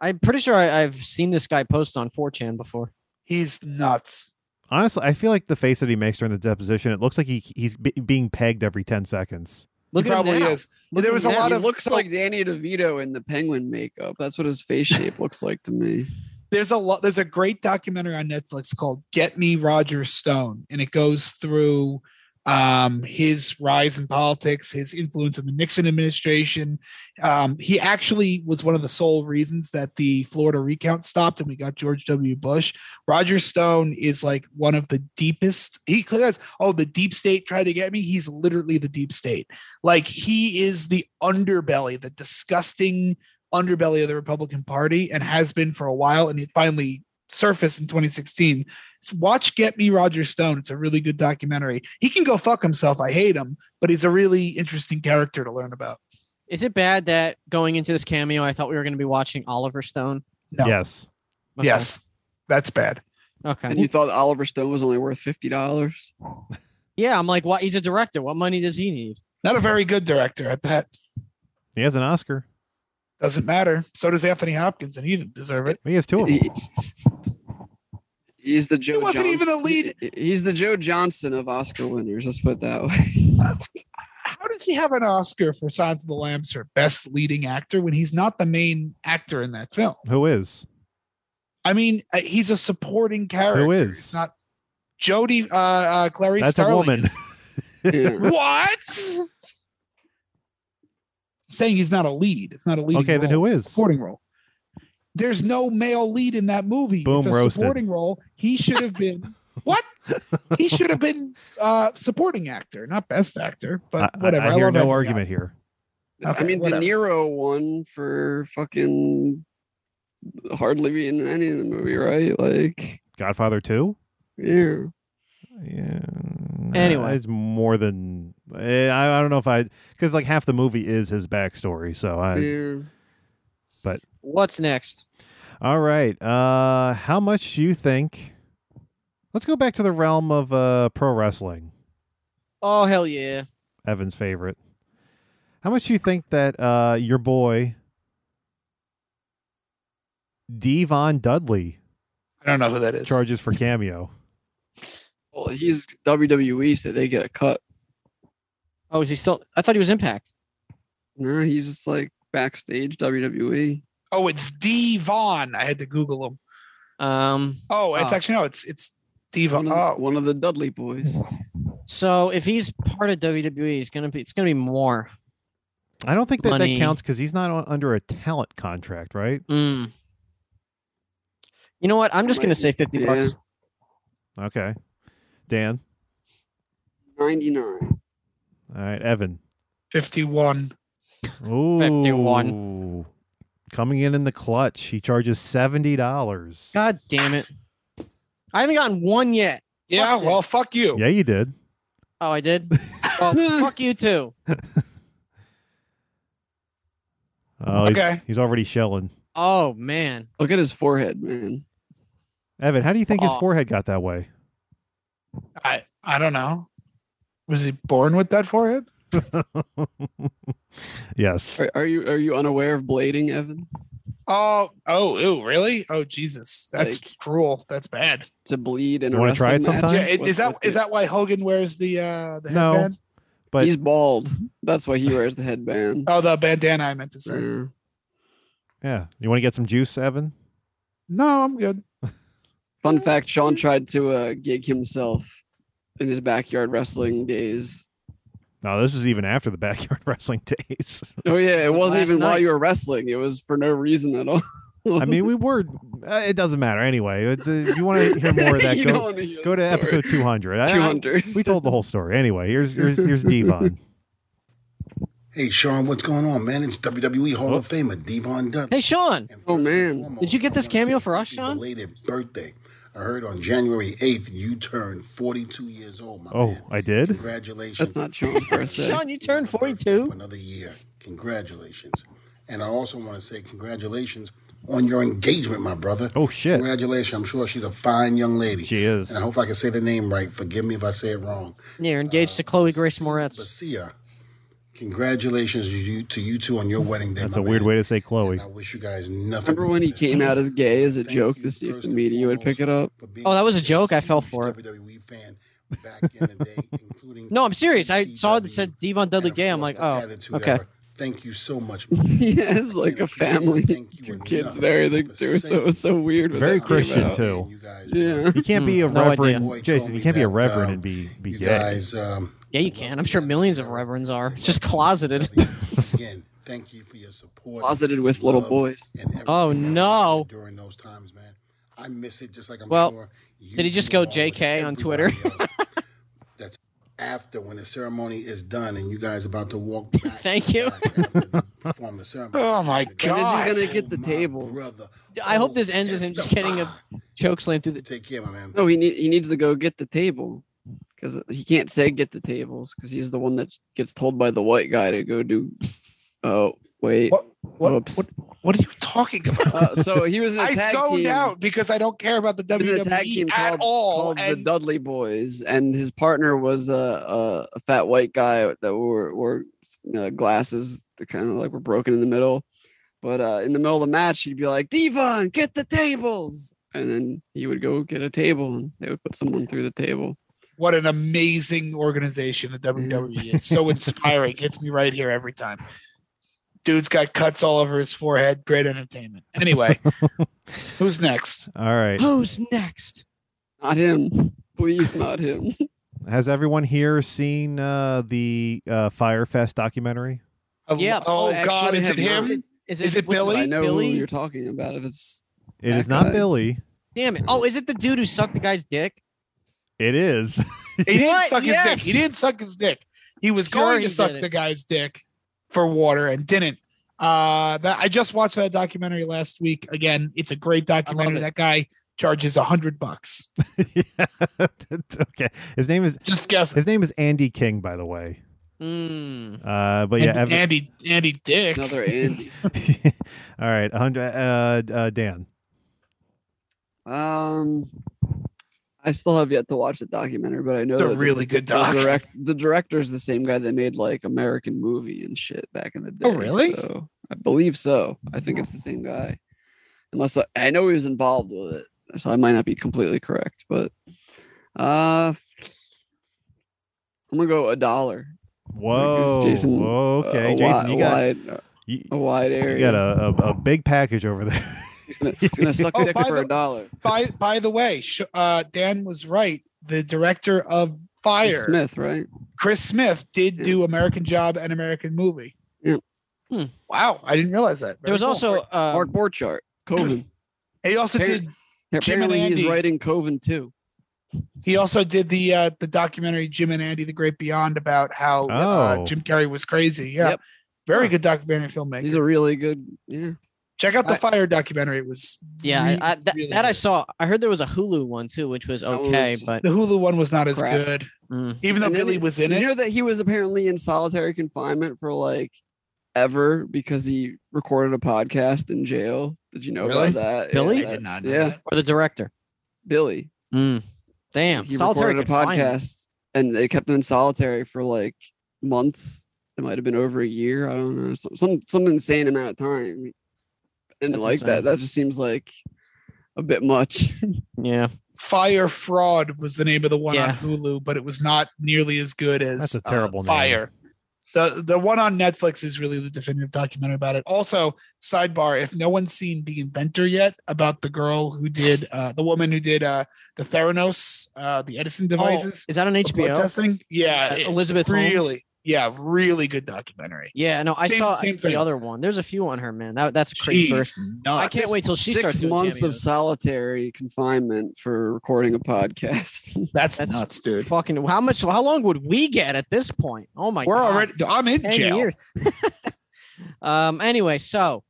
I'm pretty sure I, I've seen this guy post on 4chan before. he's nuts. Honestly, I feel like the face that he makes during the deposition, it looks like he he's be- being pegged every 10 seconds. Look he at him probably now. is. Look there at was him a now. lot he of looks so like Danny DeVito in the penguin makeup. That's what his face shape looks like to me. there's a lot there's a great documentary on netflix called get me roger stone and it goes through um his rise in politics his influence in the nixon administration um he actually was one of the sole reasons that the florida recount stopped and we got george w bush roger stone is like one of the deepest he says oh the deep state tried to get me he's literally the deep state like he is the underbelly the disgusting underbelly of the Republican Party and has been for a while, and it finally surfaced in 2016. Watch Get Me Roger Stone. It's a really good documentary. He can go fuck himself. I hate him, but he's a really interesting character to learn about. Is it bad that going into this cameo, I thought we were going to be watching Oliver Stone? No. Yes. Okay. Yes, that's bad. Okay. And you thought Oliver Stone was only worth fifty dollars? yeah, I'm like, what? He's a director. What money does he need? Not a very good director at that. He has an Oscar. Doesn't matter. So does Anthony Hopkins, and he didn't deserve it. He has two of them. He, he's the Joe. wasn't even Johnson- a lead- he- he's the Joe Johnson of Oscar winners. Let's put it that way. How does he have an Oscar for Signs of the Lambs for Best Leading Actor when he's not the main actor in that film? Who is? I mean, uh, he's a supporting character. is? He's not Jody uh, uh, Clarice That's a Starling woman. is- Yeah. what? I'm saying he's not a lead. It's not a lead. Okay, then who is? supporting role? There's no male lead in that movie. Boom, it's a roasted. supporting role. He should have been what? He should have been uh supporting actor, not best actor. I, But I- whatever. I hear love no Anthony argument here. Okay, I mean, whatever. De Niro won for fucking hardly being in any of the movie, right? Like, Godfather 2? yeah. Yeah. Anyway. It's more than. eh, I, I don't know if I. Because like half the movie is his backstory. So I. yeah. What's next? All right. Uh, how much do you think? Let's go back to the realm of uh, pro wrestling. Oh, hell yeah. Evan's favorite. How much do you think that uh, your boy Devon Dudley I don't know who that is. charges for cameo? Well, he's WWE, so they get a cut. Oh, is he still? I thought he was Impact. No, he's just like backstage E. WWE. Oh, it's D Vaughn. I had to Google him. Um, Oh, it's Oh. actually no, it's it's D One Vaughn. of, Oh, one of the Dudley boys. So if he's part of WWE, it's gonna be it's gonna be more. I don't think that Money. that counts because he's not on, under a talent contract, right? Mm. You know what? I'm just gonna say fifty Yeah. bucks. Okay. Dan. 99. All right. Evan. 51. Ooh. 51. Coming in in the clutch. He charges $70. God damn it! I haven't gotten one yet. Yeah, Fuck you. well, fuck you. Yeah, you did. Oh, I did. Well, fuck you too. Oh, he's- Okay. He's, already shelling. Oh man, Look at his forehead, man. Evan, how do you think his Oh. forehead got that way? I, I don't know. Was he born with that forehead? yes. Are, are you are you unaware of blading, Evan? Oh, oh, ew, really? Oh, Jesus, that's Like- cruel. That's bad. To bleed in You a wanna try it wrestling match? sometime? Yeah, it, is that What's is with that why Hogan wears the uh the No. headband? But He's bald. That's why he wears the headband. Oh, the bandana I meant to say. Yeah. yeah. You want to get some juice, Evan? No, I'm good. Fun fact: Sean tried to uh, gig himself in his backyard wrestling days. No, this was even after the backyard wrestling days. Oh yeah, it wasn't Last even while night. you were wrestling. It was for no reason at all. I mean, we were. Uh, it doesn't matter anyway. It's, uh, if you want to hear more of that, You don't go, wanna hear go the to story. episode 200. I- I- 200. we told the whole story. Anyway, here's here's here's Devon. Hey, Sean, what's going on, man? It's WWE Hall Oh. of Famer Devon Dunn. hey Sean, Oh man, did you get this cameo for us, Happy Sean? Belated birthday. I heard on January 8th you turned 42 years old, my Oh, man. I did. Congratulations. that's not Sean's birthday. Sean, you turned for 42. another year. Congratulations. And I also want to say congratulations on your engagement, my brother. Oh, shit. Congratulations. I'm sure she's a fine young lady. She is. And I hope I can say the name right. Forgive me if I say it wrong. Yeah, you're engaged to Chloe Grace Moretz. Uh, Basia, congratulations to you, to you two on your wedding day. That's my a weird man. way to say Chloe. I wish you guys nothing. Remember when he but came out as gay as a Thank joke you to see if first the and media would foremost pick it up? for being Oh, that was a such joke. I huge fell for it. WWE fan back in the day, including No, I'm serious. I saw it ECW. said Devon Dudley And of Gay. I'm course, like, the oh, Attitude okay. Era. Thank you so much. he has like a family, Thank you two enough kids and everything for too. So saying it was so weird. when that Very came Christian, out. too. And you guys Yeah. You can't be a no idea. reverend, Boy told Jason. You me can't be a that, reverend uh, and be be You gay. guys, um, Yeah, you can. I'm sure millions of reverends are I'd like just to closeted. thank you Again, thank you for your support. Closeted with little love, boys. and everything Oh, that we no. did During those times, man, I miss it just like I'm Well, sure. you did he just do go along with JK on Twitter? everybody else. That's after when the ceremony is done and you guys about to walk back. Thank you. back after they perform the ceremony. Oh, my When is he God. gonna get the My tables? brother. I hope Oh, this ends with him it's just the getting a vibe. choke slam through the. Take care, my man. No, he need, he needs to go get the table because he can't say get the tables because he's the one that gets told by the white guy to go do. Oh wait, What what, Whoops. what what are you talking about? Uh, so he was in a I tag zoned team. out because I don't care about the He was in a tag team WWE E at called, all. called the And Dudley Boys, and his partner was a a, a fat white guy that wore wore uh, glasses that kind of like were broken in the middle. But uh, in the middle of the match, he'd be like, "Devon, get the tables," and then he would go get a table, and they would put someone through the table. what an amazing organization the Mm-hmm. WWE is. So inspiring. Gets me right here every time. Dude's got cuts all over his forehead. Great entertainment. Anyway, who's next? All right. Oh. Who's next? Not him, please, not him. Has everyone here seen uh, the uh, Firefest documentary? Oh, Yeah, Oh I God, actually is it have him? Is it what's Billy? But I know who Billy? you're talking about. If it's It is That not guy. Billy. Damn it! Oh, is it the dude who sucked the guy's dick? It is. He didn't What? suck his dick. Yes. He didn't suck his dick. He was Sure going he to suck didn't. the guy's dick for water and didn't. Uh, that I just watched that documentary last week. Again, it's a great documentary. it. That guy charges a hundred bucks. okay. His name is Just guess. his name is Andy King, by the way. Mm. Uh, but yeah, And Evan- Andy, Andy Dick. another Andy, All right, a hundred. Uh, uh, Dan. um, I still have yet to watch the documentary, but I know It's a that the- really good the, doc. direct the director's the same guy that made like American movie and shit back in the day. Oh, really? So I believe so. I think it's the same guy, unless uh, I, I know he was involved with it, so I might not be completely correct. But uh, I'm gonna go a dollar. Whoa. Jason, whoa, A- okay, a, Jason, wi- you a got wide, you, a wide you area. got a, a, a big package over there. He's gonna, he's gonna suck Oh, dick by for the- a dollar. by by the way, sh- uh, Dan was right. The director of fire. Smith, right? Chris Smith did do American Job and American Movie. Yeah. Hmm. Wow, I didn't realize that. There was also uh, Mark Borchardt, Coven. he also Par- did Jim and Apparently, he's Andy. writing Coven too. he also did the uh, the documentary Jim and Andy: The Great Beyond about how uh, Oh. Jim Carrey was crazy. Yeah, Yep. very good documentary filmmaker. He's a really good. Yeah, Check out the I- Fire documentary. It was yeah, I- really, I, that, really that I good. saw. I heard there was a Hulu one too, which was That okay, was- but the Hulu one was not as Crap. good, mm, even though And then Billy it- was in you it. know that he was apparently in solitary confinement for like ever because he recorded a podcast in jail. Did you know Really? about that? Yeah, Billy? I that- did not know yeah. that. or the director. Billy. Mm. Damn, he solitary recorded a confinement. podcast and they kept him in solitary for like months. It might have been over a year. I don't know. Some some, some insane amount of time. And That's like insane. that, that just seems like a bit much. Yeah, Fire Fraud was the name of the one on Yeah. Hulu, but it was not nearly as good as That's a uh, terrible name. Fire. The the one on Netflix is really the definitive documentary about it. Also, sidebar: if no one's seen The Inventor yet, about the girl who did uh, the woman who did uh, the Theranos, uh, the Edison Oh, devices, is that on for blood HBO? testing. Yeah, Uh, it- Elizabeth Holmes? really, yeah, really good documentary. Yeah, no, I Same- saw same the thing. other one. There's a few on her, man. That that's a crazy. story. Jeez, I nuts. can't wait till she starts Six doing months of cameos. solitary confinement for recording a podcast. That's, That's nuts, dude. Fucking how much? How long would we get at this point? Oh my We're god, already. I'm in 10 jail. years. um. Anyway, so,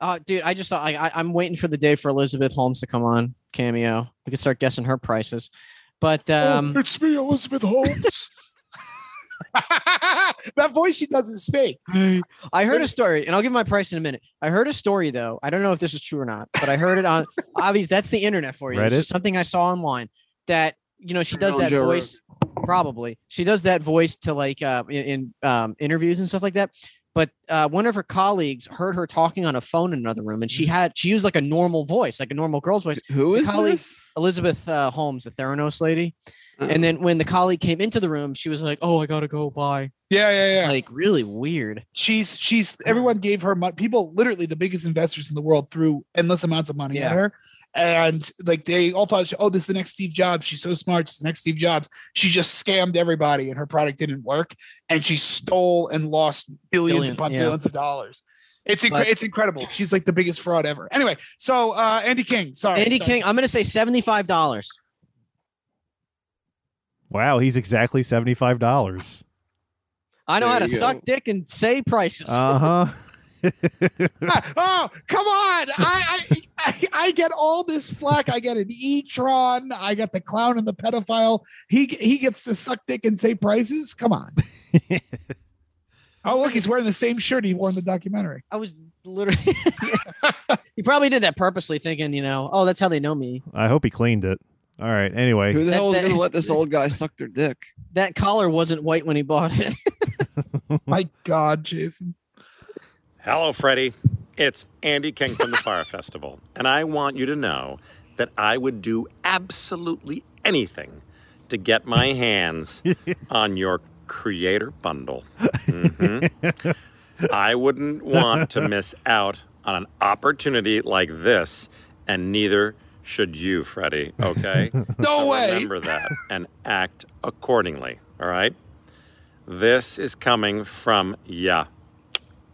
uh, dude, I just I, I I'm waiting for the day for Elizabeth Holmes to come on cameo. We could start guessing her prices, but Oh, um, it's me, Elizabeth Holmes. that voice she does is fake. I heard a story, and I'll give my price in a minute. I heard a story though. I don't know if this is true or not, but I heard it on obviously that's the internet for you. This is Reddit? something I saw online that you know she does Probably that on Joe Rogan. voice. Probably she does that voice to like uh, in, in um, interviews and stuff like that. But uh, one of her colleagues heard her talking on a phone in another room, and she had she used like a normal voice, like a normal girl's voice. Who The is colleague- this? Elizabeth uh, Holmes, the Theranos lady. Oh. And then when the colleague came into the room, she was like, "Oh, I gotta go. Bye." Yeah, yeah, yeah. Like really weird. she's she's everyone gave her money. People literally the biggest investors in the world threw endless amounts of money at Yeah. her. And like they all thought, oh, this is the next Steve Jobs. She's so smart. She's the next Steve Jobs. She just scammed everybody, and her product didn't work. And she stole and lost billions Billion, upon yeah. billions of dollars. It's inc- But- it's incredible. She's like the biggest fraud ever. Anyway, so uh, Andy King, sorry, Andy sorry. King, I'm gonna say seventy-five dollars. Wow, he's exactly seventy-five dollars. I know There how to you go. suck dick and say prices. Uh huh. Ah, oh, come on. I, I, I, I get all this flack. I get an E-tron. I got the clown and the pedophile. He he gets to suck dick and say prices. Come on. oh, look, he's wearing the same shirt he wore in the documentary. I was literally. he probably did that purposely, thinking, you know, oh, that's how they know me. I hope he cleaned it. All right. Anyway, Who the That- hell is that- going to let this old guy suck their dick? That collar wasn't white when he bought it. My God, Jason. Hello, Freddie. It's Andy King from the Fire Festival, and I want you to know that I would do absolutely anything to get my hands on your creator bundle. Mhm. I wouldn't want to miss out on an opportunity like this, and neither should you, Freddie, okay? No So way. Remember that and act accordingly, all right? This is coming from yeah,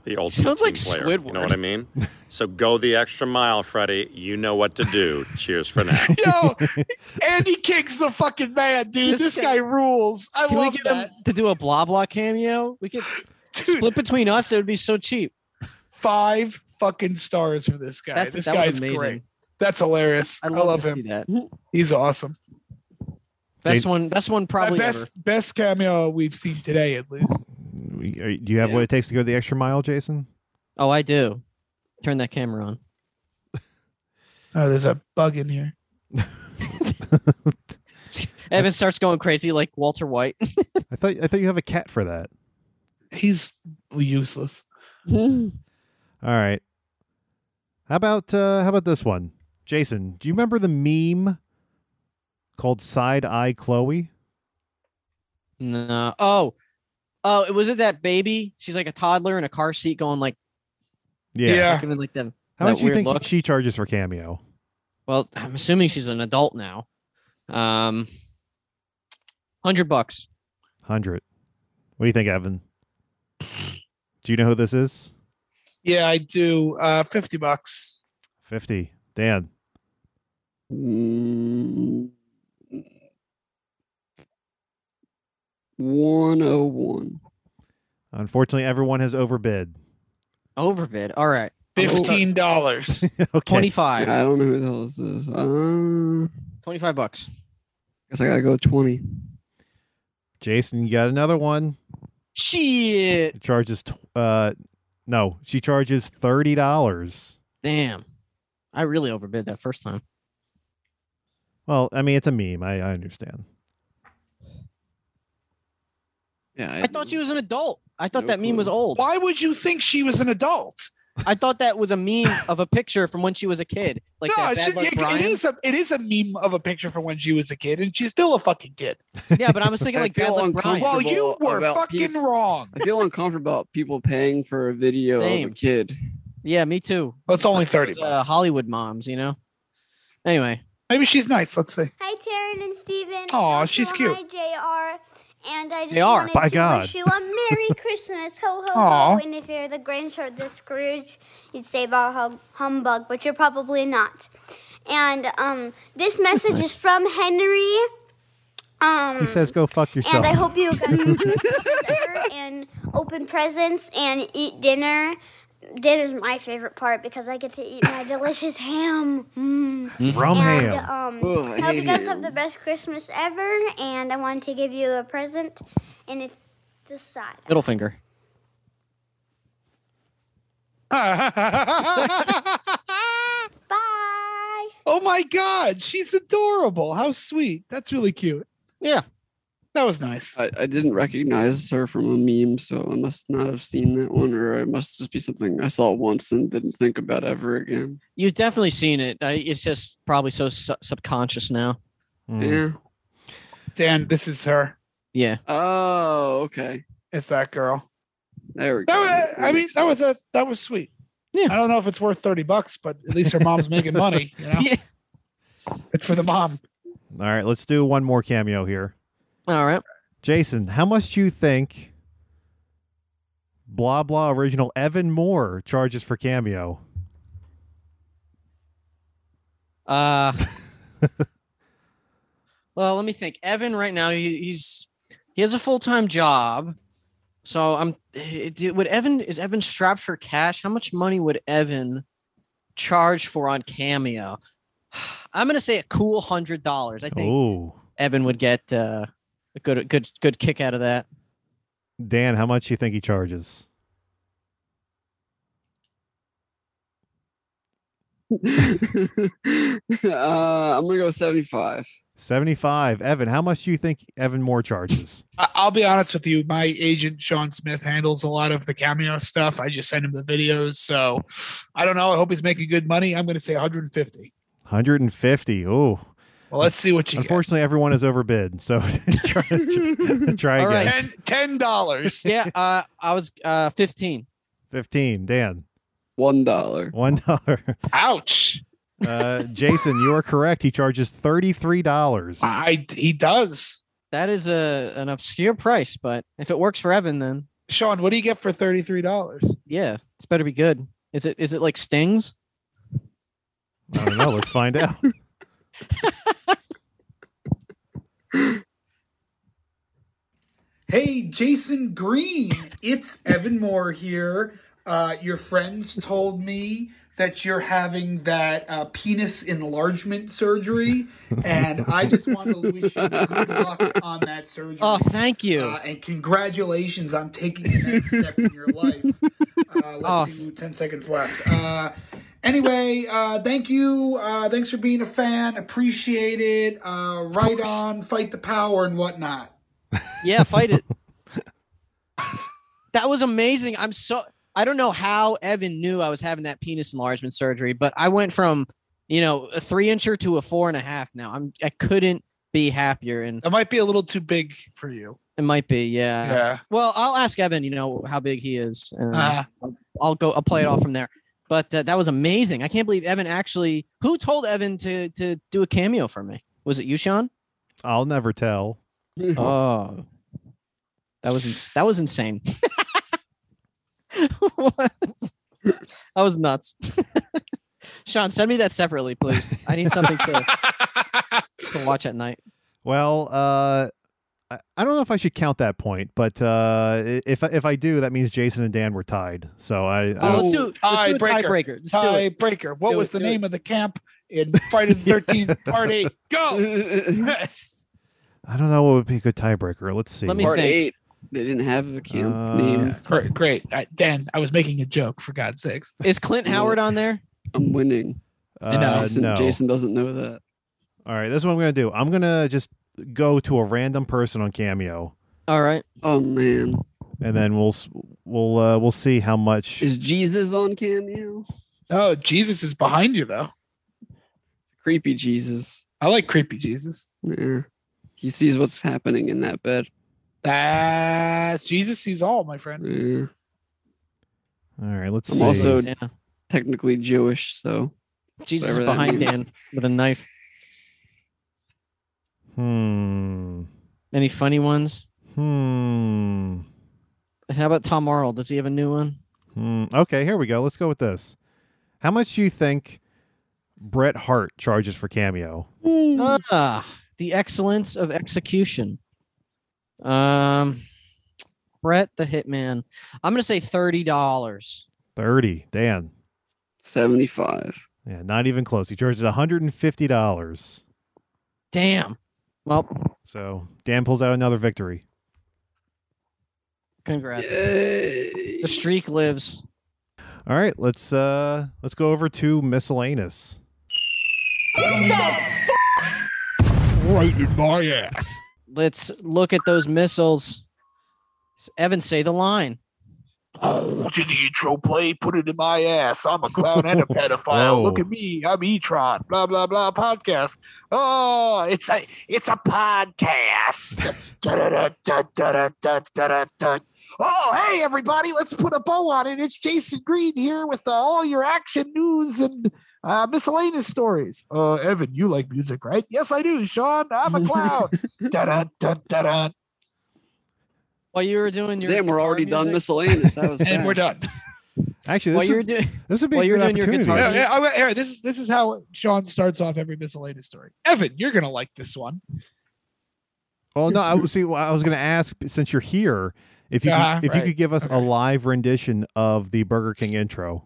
the old Sounds like player. You know Squidward. what I mean? so go the extra mile, Freddie. You know what to do. Cheers for now. Yo, Andy King's the fucking man, dude. This, This guy, guy- rules. I Can we love get that. him to do a blah blah cameo? We could Dude, split between us. It would be so cheap. five fucking stars for this guy. That's this that was guy's amazing. great. That's hilarious. I I'd love, love, to him. see that. He's awesome. Best Jane- one. Best one probably My best best cameo we've seen today, at least. we- are- do you have what it takes to go the extra mile, Jason? ever. Oh, I do. Turn that camera on. Oh, there's a bug in here. Evan starts going crazy like Walter White. I thought I thought you have a cat for that. He's useless. All right. How about uh, how about this one, Jason? Do you remember the meme called "Side Eye Chloe"? no. Oh. Oh, it was it that baby? She's like a toddler in a car seat going like Yeah. giving like them. How that much do you weird think look. she charges for cameo? Well, I'm assuming she's an adult now. Um, Hundred bucks. Hundred. What do you think, Evan? Do you know who this is? Yeah, I do. Uh, Fifty bucks. Fifty. Dan. One oh one. Unfortunately, everyone has overbid. Overbid. All right. Fifteen dollars. okay. Twenty-five. I don't know who the hell this is. Uh, Twenty-five bucks. guess I gotta go twenty. Jason, you got another one. Shit. It charges. Tw- uh, no, she charges thirty dollars. Damn. I really overbid that first time. Well, I mean, it's a meme. I, I understand. Yeah. I thought she was an adult. I thought that meme was old. Why would you think she was an adult? I thought that was a meme of a picture from when she was a kid. Like no, that it's bad just- luck it- Brian. it is a it is a meme of a picture from when she was a kid, and she's still a fucking kid. Yeah, but I was thinking I like bad feel luck Brian. Well, Oh, you Comfortable were about fucking people- wrong. I feel uncomfortable about people paying for a video of Same. a kid. Yeah, me too. Well, it's only thirty. Those, uh, bucks. Hollywood moms, you know. Anyway, Maybe she's nice. Let's see. Hi, Taryn and Steven. Aw, Also, she's cute. Hi, JR. And I just JR, wanted by to God. wish you a Merry Christmas. Ho, ho, Aw. ho. And if you're the Grinch or the Scrooge, you'd save our hum- humbug, but you're probably not. And um, this message is from Henry. Um, He says, "Go fuck yourself." and I hope you guys have a good supper and open presents and eat dinner. Dinner's my favorite part because I get to eat my delicious ham. Mm. Mm-hmm. Rum and, ham. Um, Ugh, I I hope you hate guys ham. have the best Christmas ever, and I wanted to give you a present, and it's the side. middle finger. oh Bye. my god, she's adorable. How sweet. That's really cute. Yeah, That was nice. I, I didn't recognize her from a meme, so I must not have seen that one, or it must just be something I saw once and didn't think about ever again. you've definitely seen it. I, it's just probably so su- subconscious now. Mm. Yeah. Dan, this is her. Yeah, Oh, okay. It's that girl. There we go. That was, I mean, makes that was a sense. that was sweet. Yeah. I don't know if it's worth thirty bucks, but at least her mom's making money. You know? Yeah. Good for the mom. All right, let's do one more cameo here. all right. Jason, how much do you think blah blah original Evan Moore charges for cameo? Uh, well, let me think. Evan, right now, he, he's he has a full time job, so I'm. eh, do- Would Evan is Evan strapped for cash? How much money would Evan charge for on Cameo? I'm gonna say a cool hundred dollars. I think Oh, Evan would get uh, a good good good kick out of that. Dan, how much do you think he charges? uh, I'm gonna go 75. Seventy-five. Evan, how much do you think Evan Moore charges? I- I'll be honest with you. My agent Sean Smith handles a lot of the cameo stuff. I just send him the videos, so I don't know. I hope he's making good money. I'm going to say 150. Hundred and fifty. Oh, Well, let's see what you unfortunately, everyone is overbid. So try, try again. All get. right. Ten ten dollars. Yeah, uh, I was uh, 15. Fifteen. Dan, One dollar. one dollar. Ouch! Uh, Jason, you are correct. He charges thirty-three dollars. I he does. That is a an obscure price, but if it works for Evan, then Sean, what do you get for thirty three dollars? yeah, it's better be good. Is it is it like stings? I don't know. Let's find out. Hey, Jason Green, it's Evan Moore here. Uh, your friends told me that you're having that uh, penis enlargement surgery, and I just want to wish you good luck on that surgery. Oh, thank you. Uh, and congratulations on taking the next step in your life. Uh, let's Oh. see, 10 seconds left. Uh, anyway, uh, thank you. Uh, thanks for being a fan. Appreciate it. Uh, right on, fight the power and whatnot. yeah, fight it. that was amazing. I'm so I don't know how Evan knew I was having that penis enlargement surgery, but I went from you know a three incher to a four and a half now. I'm I couldn't be happier, and That might be a little too big for you. it might be yeah. yeah. Well, I'll ask Evan. You know how big he is. And, Uh, I'll go. I'll play it off from there. But uh, that was amazing. I can't believe Evan actually. Who told Evan to to do a cameo for me? Was it you, Sean? I'll never tell. oh, that was ins- that was insane. what? That was nuts. Sean, send me that separately, please. I need something to, to watch at night. Well, uh, I, I don't know if I should count that point, but uh, i- if I- if I do, that means Jason and Dan were tied. So I, I Oh, don't- tiebreaker. Tiebreaker. What Do was it, the do name of the camp in Friday the 13th Part 8? Go. Yes. I don't know what would be a good tiebreaker. Let's see. Part eight. They didn't have a camp Uh, name. Great. great. Uh, Dan, I was making a joke, for God's sakes. Is Clint Howard on there? I'm winning. Uh, Jason, no. Jason doesn't know that. All right, this is what I'm gonna do. I'm gonna just go to a random person on Cameo, All right. Oh man, and then we'll s- we'll uh, we'll see how much. is Jesus on cameo? Oh, Jesus is behind you, though. Creepy Jesus. I like creepy Jesus. Yeah. He sees what's happening in that bed. That's Jesus sees all, my friend. Yeah. All right, let's I'm see. also Yeah. technically Jewish, so Jesus is whatever that behind means. Dan with a knife. Hmm. Any funny ones? Hmm. How about Tom Arnold? Does he have a new one? Hmm. Okay, here we go. Let's go with this. How much do you think Bret Hart charges for cameo? Ah, the excellence of execution. Um, Brett the Hitman. I'm gonna say thirty dollars. Thirty. Dan. Seventy-five. Yeah, not even close. He charges one hundred and fifty dollars. Damn. Well, So Dan pulls out another victory. congrats. The streak lives. All right, let's uh let's go over to miscellaneous. Right in my ass. Let's look at those missiles. S- Evan, say the line. Did the intro play? Put it in my ass. I'm a clown and a pedophile. Look at me. I'm Etron. Blah blah blah. Podcast. Oh, it's a it's a podcast. Da-da-da-da-da-da-da-da-da. Oh, hey, everybody, let's put a bow on it. It's Jason Green here with uh, all your action news and uh, miscellaneous stories. Uh, Evan, you like music, right? Yes, I do, Sean. I'm a clown. Da-da-da-da-da. While you were doing your Damn, we're guitar already done music- miscellaneous. That was And we're done. fast. Actually, While this you were is, doing this would be while a you were good doing your opportunity. guitar Yeah, yeah, I- here, this is this is how Sean starts off every miscellaneous story. Evan, you're gonna like this one. Well, no, I was see. well, I was going to ask since you're here if you could- Ah, if you right. could give us a Okay. live rendition of the Burger King intro.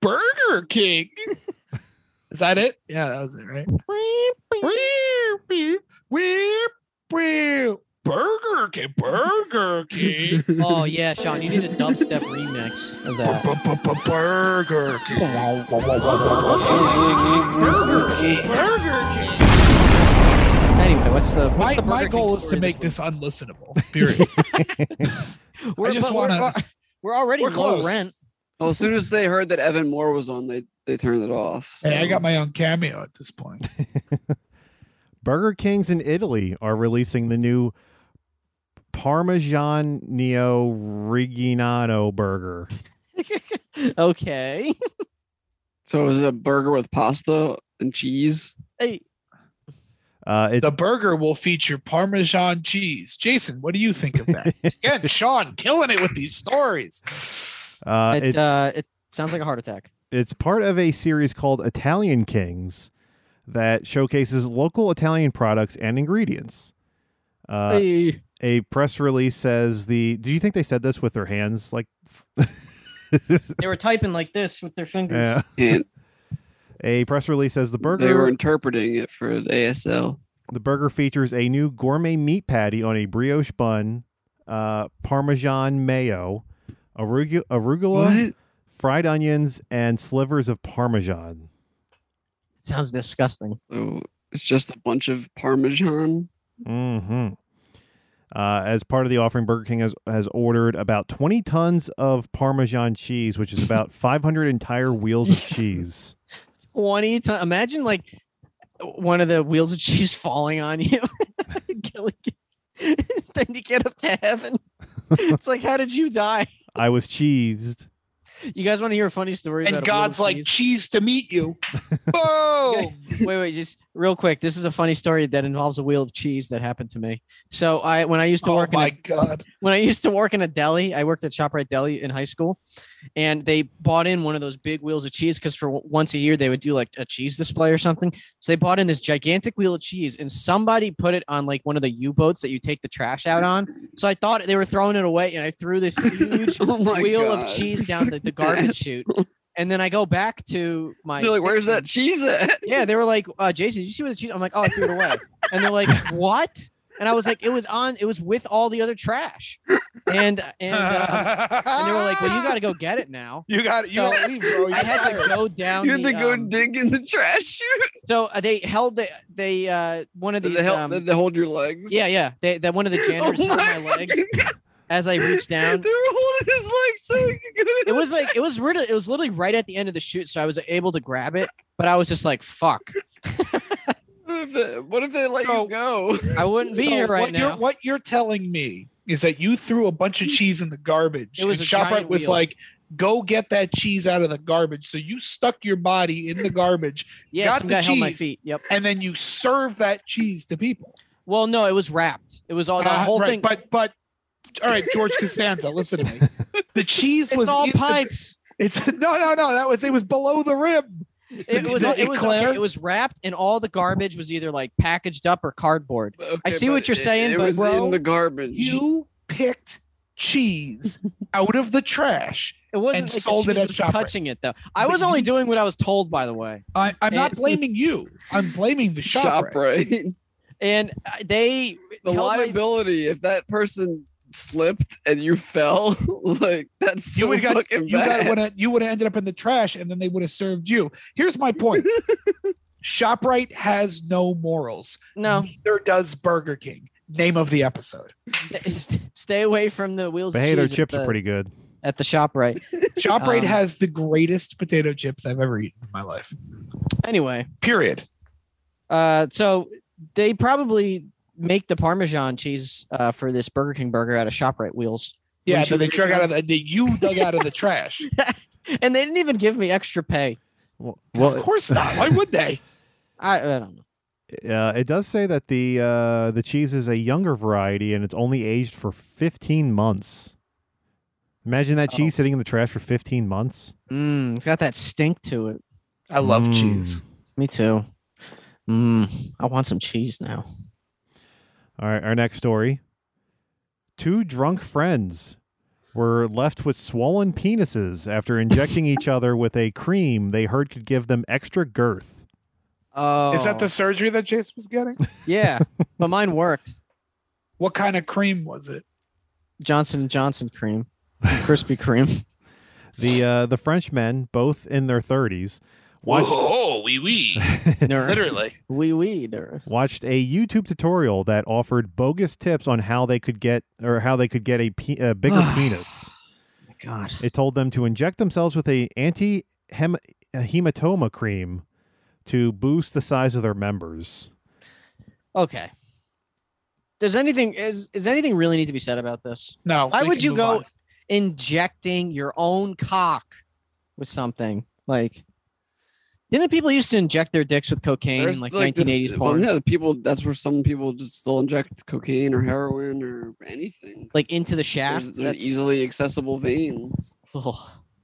Burger King. Is that it? Yeah, that was it, right? Burger King, Burger King, Oh yeah, Sean, you need a dubstep remix of that. Burger King, Burger King. Anyway, what's the what's My, the my Burger King goal is story to make this unlistenable. Period. week? I We're- just but we're- want to. We're already We're low close. rent. Well, as soon as they heard that Evan Moore was on, they they turned it off. So. Hey, I got my own cameo at this point. Burger Kings in Italy are releasing the new Parmesan Neo Reggiano burger. Okay. So it was a burger with pasta and cheese. Hey, Uh, it's The burger will feature Parmesan cheese. Jason, what do you think of that? Again, Sean killing it with these stories. uh, it, it's uh, it sounds like a heart attack. it's part of a series called Italian Kings that showcases local Italian products and ingredients. Uh, Hey. a press release says the. Do you think they said this with their hands? Like, They were typing like this with their fingers. yeah. And A press release says the burger they were interpreting it for ASL. the burger features a new gourmet meat patty on a brioche bun, uh, Parmesan mayo, arugula, arugula What? fried onions, and slivers of Parmesan. It sounds disgusting. So it's just a bunch of Parmesan. hmm Uh, as part of the offering, Burger King has, has ordered about 20 tons of Parmesan cheese, which is about 500 entire wheels of cheese. Twenty times. Imagine like one of the wheels of cheese falling on you, killing you. then you get up to heaven. it's like, how did you die? I was cheesed. You guys want to hear a funny story? And about a wheel of God's like, cheese? cheese to meet you. Whoa! wait, wait, just real quick. This is a funny story that involves a wheel of cheese that happened to me. So I, when I used Oh to work, my in a, when I used to work in a deli, I worked at Shoprite Deli in high school, and they bought in one of those big wheels of cheese because for w- once a year they would do like a cheese display or something. So they bought in this gigantic wheel of cheese, and somebody put it on like one of the U boats that you take the trash out on. So I thought they were throwing it away, and I threw this huge Oh my wheel God. of cheese down the, the garbage chute. And then I go back to my. They're like, "Where's that cheese at?" Yeah, they were like, uh, "Jason, did you see where the cheese?" I'm like, "Oh, I threw it away." and they're like, "What?" And I was like, "It was on. It was with all the other trash." And and, uh, and they were like, "Well, you got to go get it now." You got- you So gotta leave, bro. I had You're to go down. You had the, to go um, dig in the trash chute. So uh, they held the they uh one of Did these they help- um, did they hold your legs? Oh Yeah, yeah. They that one of the janitors held my legs as I reached down. They were holding his legs so he could get It was like it was really it was literally right at the end of the shoot, so I was able to grab it, but I was just like, "Fuck." What if they, what if they let you go? I wouldn't be So here right what You're, now. what you're telling me is that you threw a bunch of cheese in the garbage. It was and a Shoprite giant was wheel. like, "Go get that cheese out of the garbage." So you stuck your body in the garbage, Yeah, got some the guy cheese, held my feet. Yep. and then you serve that cheese to people. Well, no, it was wrapped. It was all the Uh, whole right, thing. But but all right, George Costanza, listen to me. The cheese It's was all in the- pipes. it's no no no. That was it was below the rim. it was it was okay, it was wrapped and all the garbage was either like packaged up or cardboard. I see what you're saying, It, but was bro, in the garbage. You picked cheese out of the trash. it wasn't and like the sold it cheese at was ShopRite. touching it though. I was only doing what I was told, by the way. I, I'm not And- blaming you. I'm blaming the shop. Shoprite. And uh, they The held my- liability if that person slipped and you fell, like that's so you would got fucking you got bad. would have you would have ended up in the trash, and then they would have served you. Here's my point: Shoprite has no morals. No. neither does Burger King. Name of the episode: stay away from the wheels. But of hey, their cheese at chips the- are pretty good. at the shop, right? Shoprite Um, has the greatest potato chips I've ever eaten in my life. Anyway, Period. uh, so they probably make the Parmesan cheese uh, for this Burger King burger out of Shoprite wheels. Yeah, that Wouldn't they you dug out of the, that you dug out of the trash. agree? and they didn't even give me extra pay. Well, well of course not. Why would they? I, I don't know. uh, it does say that the uh, the cheese is a younger variety and it's only aged for 15 months. Imagine Oh. that cheese sitting in the trash for 15 months. Mm, it's got that stink to it. I love Mm. cheese. Me too. Mm, I want some cheese now. All right, our next story. Two drunk friends were left with swollen penises after injecting each other with a cream they heard could give them extra girth. Oh, Is that the surgery that Jason was getting? yeah? but mine worked. What kind of cream was it? Johnson and Johnson cream, Krispy Kreme. The uh, the French men, both in their 30s, watched Whoa, Oh, wee wee. Literally. We weed or watched a YouTube tutorial that offered bogus tips on how they could get or how they could get a, pe- a bigger penis. Oh God. It told them to inject themselves with a anti hematoma cream to boost the size of their members. Okay. Does anything is is anything really need to be said about this? No. Why we would can you move go on. injecting your own cock with something like? Didn't people used to inject their dicks with cocaine There's in like this- 1980s well, porn, yeah, the people. That's where some people just still inject cocaine or heroin or anything. like into the shaft? There's, there's That's, easily accessible veins. Ugh.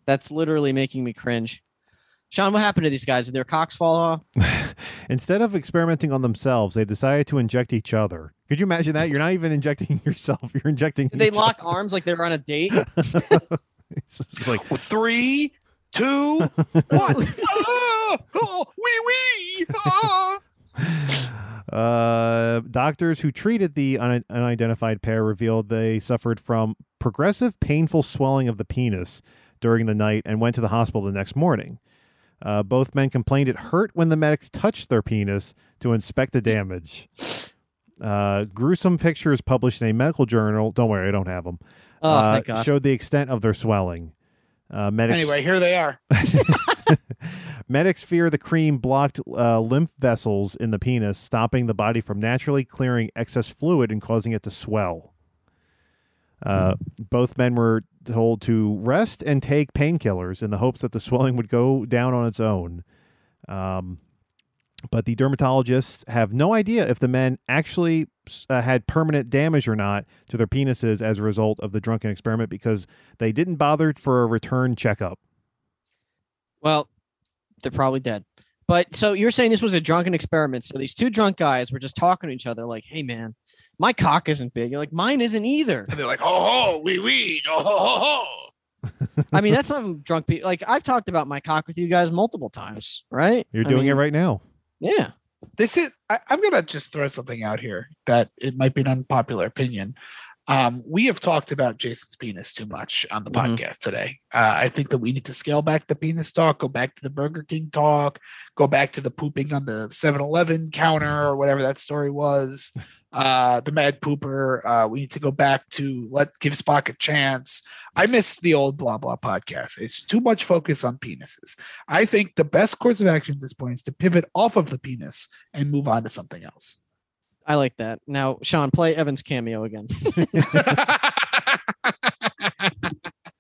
that's literally making me cringe. Sean, what happened to these guys? Did their cocks fall off? Instead of experimenting on themselves, they decided to inject each other. Could you imagine that? You're not even injecting yourself. You're injecting. Did they each lock arms like they were on a date? other. It's like Well, Three, two, one. ah, oh, wee wee. Ah. Uh, doctors who treated the un- unidentified pair revealed they suffered from progressive painful swelling of the penis during the night and went to the hospital the next morning. Uh, both men complained it hurt when the medics touched their penis to inspect the damage. Uh, gruesome pictures published in a medical journal. Don't worry, I don't have them. Oh, uh, thank God. Showed the extent of their swelling. Uh, medics Anyway, here they are. Medics fear the cream blocked uh, lymph vessels in the penis, stopping the body from naturally clearing excess fluid and causing it to swell. Uh, Hmm. both men were told to rest and take painkillers in the hopes that the swelling would go down on its own. Um, but the dermatologists have no idea if the men actually uh, had permanent damage or not to their penises as a result of the drunken experiment because they didn't bother for a return checkup. Well, they're probably dead. But so you're saying this was a drunken experiment. So these two drunk guys were just talking to each other, like, hey, man, my cock isn't big. You're like, mine isn't either. And they're like, oh, ho, wee wee, oh, ho, ho, ho. I mean, that's something drunk people like. I've talked about my cock with you guys multiple times, right? You're I doing it mean, right now. Yeah. This is I, I'm gonna just throw something out here that it might be an unpopular opinion. Um, we have talked about Jason's penis too much on the Mm-hmm. Mhm. podcast today. Uh, I think that we need to scale back the penis talk, go back to the Burger King talk, go back to the pooping on the 7 Eleven counter or whatever that story was. Uh, the mad pooper. Uh, we need to go back to let give Spock a chance. I miss the old blah blah podcast. It's too much focus on penises. I think the best course of action at this point is to pivot off of the penis and move on to something else. I like that. Now, Sean, play Evan's cameo again.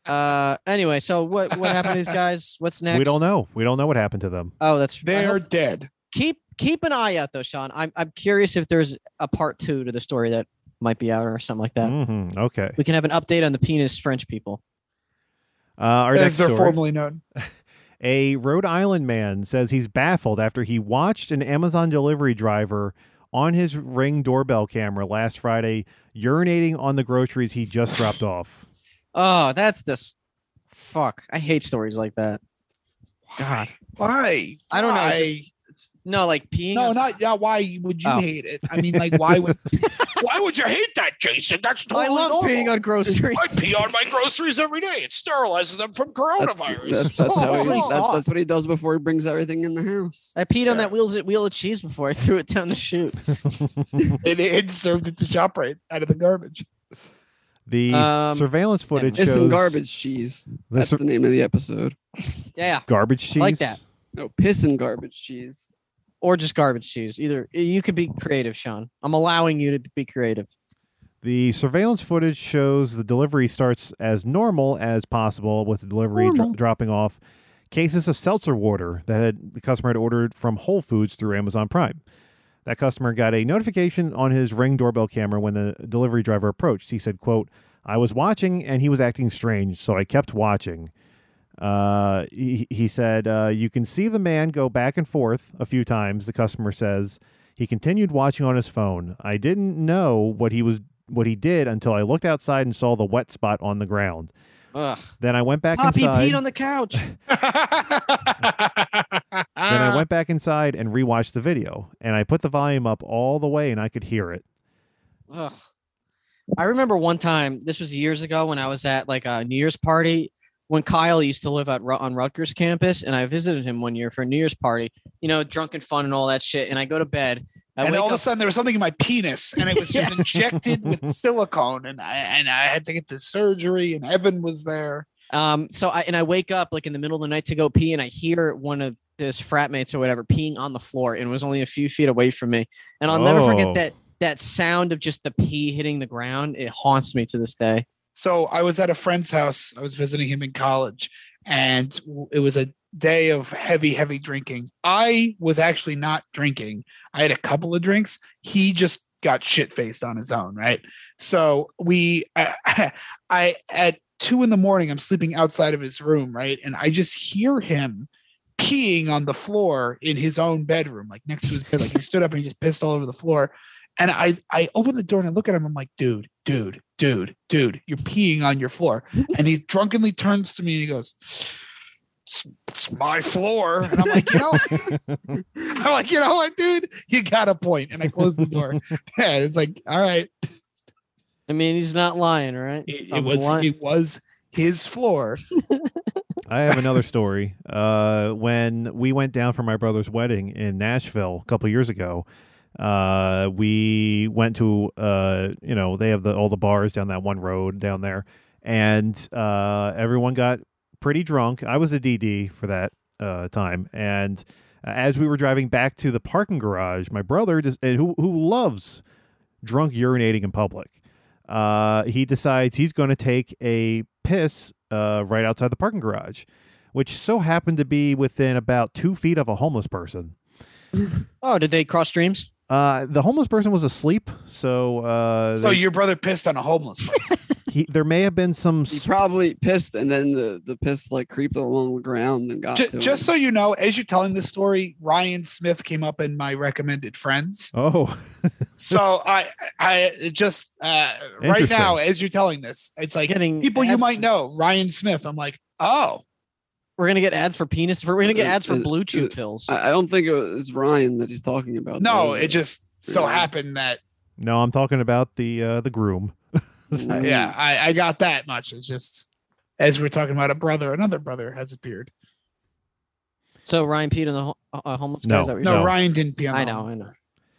uh, anyway, so what what happened to these guys? What's next? We don't know. We don't know what happened to them. Oh, that's I They're hope- dead. Keep keep an eye out though, Sean. I'm I'm curious if there's a part two to the story that might be out or something like that. Mm-hmm. Okay. We can have an update on the penis French people. Uh, our As next they're story, formerly known. a Rhode Island man says he's baffled after he watched an Amazon delivery driver on his ring doorbell camera last Friday urinating on the groceries he just dropped off. Oh, that's this. Fuck, I hate stories like that. God, Why? I don't know. It's Why? just- it's- no, like peeing. No, on- not yeah. Why would you Oh. hate it? I mean, like, why would why would you hate that, Jason? That's I totally love normal. peeing on groceries. I pee on my groceries every day. It sterilizes them from coronavirus. That's, that's, how he, Oh, that's, God. that's what he does before he brings everything in the house. I peed on that wheels wheel of cheese before I threw it down the chute. and it served it to shop right out of the garbage. The Um, surveillance footage It's some shows garbage cheese. The That's sur- the name of the episode. Yeah, garbage I cheese. like that. No, piss and garbage cheese. Or just garbage cheese. Either you could be creative, Sean. I'm allowing you to be creative. The surveillance footage shows the delivery starts as normal as possible, with the delivery dro- Normal. dropping off cases of seltzer water that had, the customer had ordered from Whole Foods through Amazon Prime. That customer got a notification on his ring doorbell camera when the delivery driver approached. He said, "quote I was watching and he was acting strange, so I kept watching." Uh, he, he said, uh, You can see the man go back and forth a few times, the customer says. He continued watching on his phone. I didn't know what he was what he did until I looked outside and saw the wet spot on the ground. Ugh. Then I went back Poppy inside. peed on the couch. then Ah. I went back inside and rewatched the video. And I put the volume up all the way and I could hear it. Ugh. I remember one time, this was years ago when I was at like a New Year's party when Kyle used to live at, Ru- on Rutgers campus. And I visited him one year for a New Year's party, you know, drunk and fun and all that shit. And I go to bed. I and wake all of a up- sudden, there was something in my penis, and it was just injected with silicone, and I and I had to get the surgery, and Evan was there. Um, so I and I wake up like in the middle of the night to go pee, and I hear one of this frat mates or whatever peeing on the floor, and it was only a few feet away from me. And I'll never Oh. forget that that sound of just the pee hitting the ground. It haunts me to this day. so I was at a friend's house. I was visiting him in college, and w- it was a day of heavy, heavy drinking. I was actually not drinking. I had a couple of drinks. He just got shit faced on his own, right? So we, I, I at two in the morning, I'm sleeping outside of his room, right, and I just hear him peeing on the floor in his own bedroom, like next to his bed. Like he stood up and he just pissed all over the floor. And I, I open the door and I look at him. I'm like, dude, dude, dude, dude, you're peeing on your floor. And he drunkenly turns to me and he goes, it's, it's my floor. And I'm like, you know, I'm like, you know what, dude, you got a point. And I closed the door. Yeah, it's like, all right, I mean, he's not lying, right? it, it I'm was, lying. it was his floor. I have another story. Uh, when we went down for my brother's wedding in Nashville a couple years ago, uh, we went to uh, you know they have the all the bars down that one road down there, and uh, everyone got pretty drunk. I was the DD for that uh, time, and uh, as we were driving back to the parking garage, my brother just and who who loves drunk urinating in public. Uh, he decides he's going to take a piss uh, right outside the parking garage. which so happened to be within about two feet of a homeless person. Oh, did they cross streams? Uh, the homeless person was asleep, so uh, So they- your brother pissed on a homeless person. he, there may have been some. He probably pissed, and then the the piss like creeped along the ground and got Ju- to just him. so you know, as you're telling this story, Ryan Smith came up in my recommended friends. Oh, So I, I it just uh, right Interesting. now as you're telling this, it's like Getting people you ads- might know, Ryan Smith. I'm like, oh, We're gonna get ads for penis. We're gonna get ads for blue chew Uh, pills. I, I don't think it was it's Ryan that he's talking about. no, though. it just so Yeah. happened that No, I'm talking about the uh, the groom. uh, Mm-hmm. yeah, I, I got that much. It's just as we're talking about a brother, another brother has appeared. So Ryan peed on the ho- uh, homeless guy. No, Is that what No, you're saying? Ryan didn't pee on. I the know, homeless I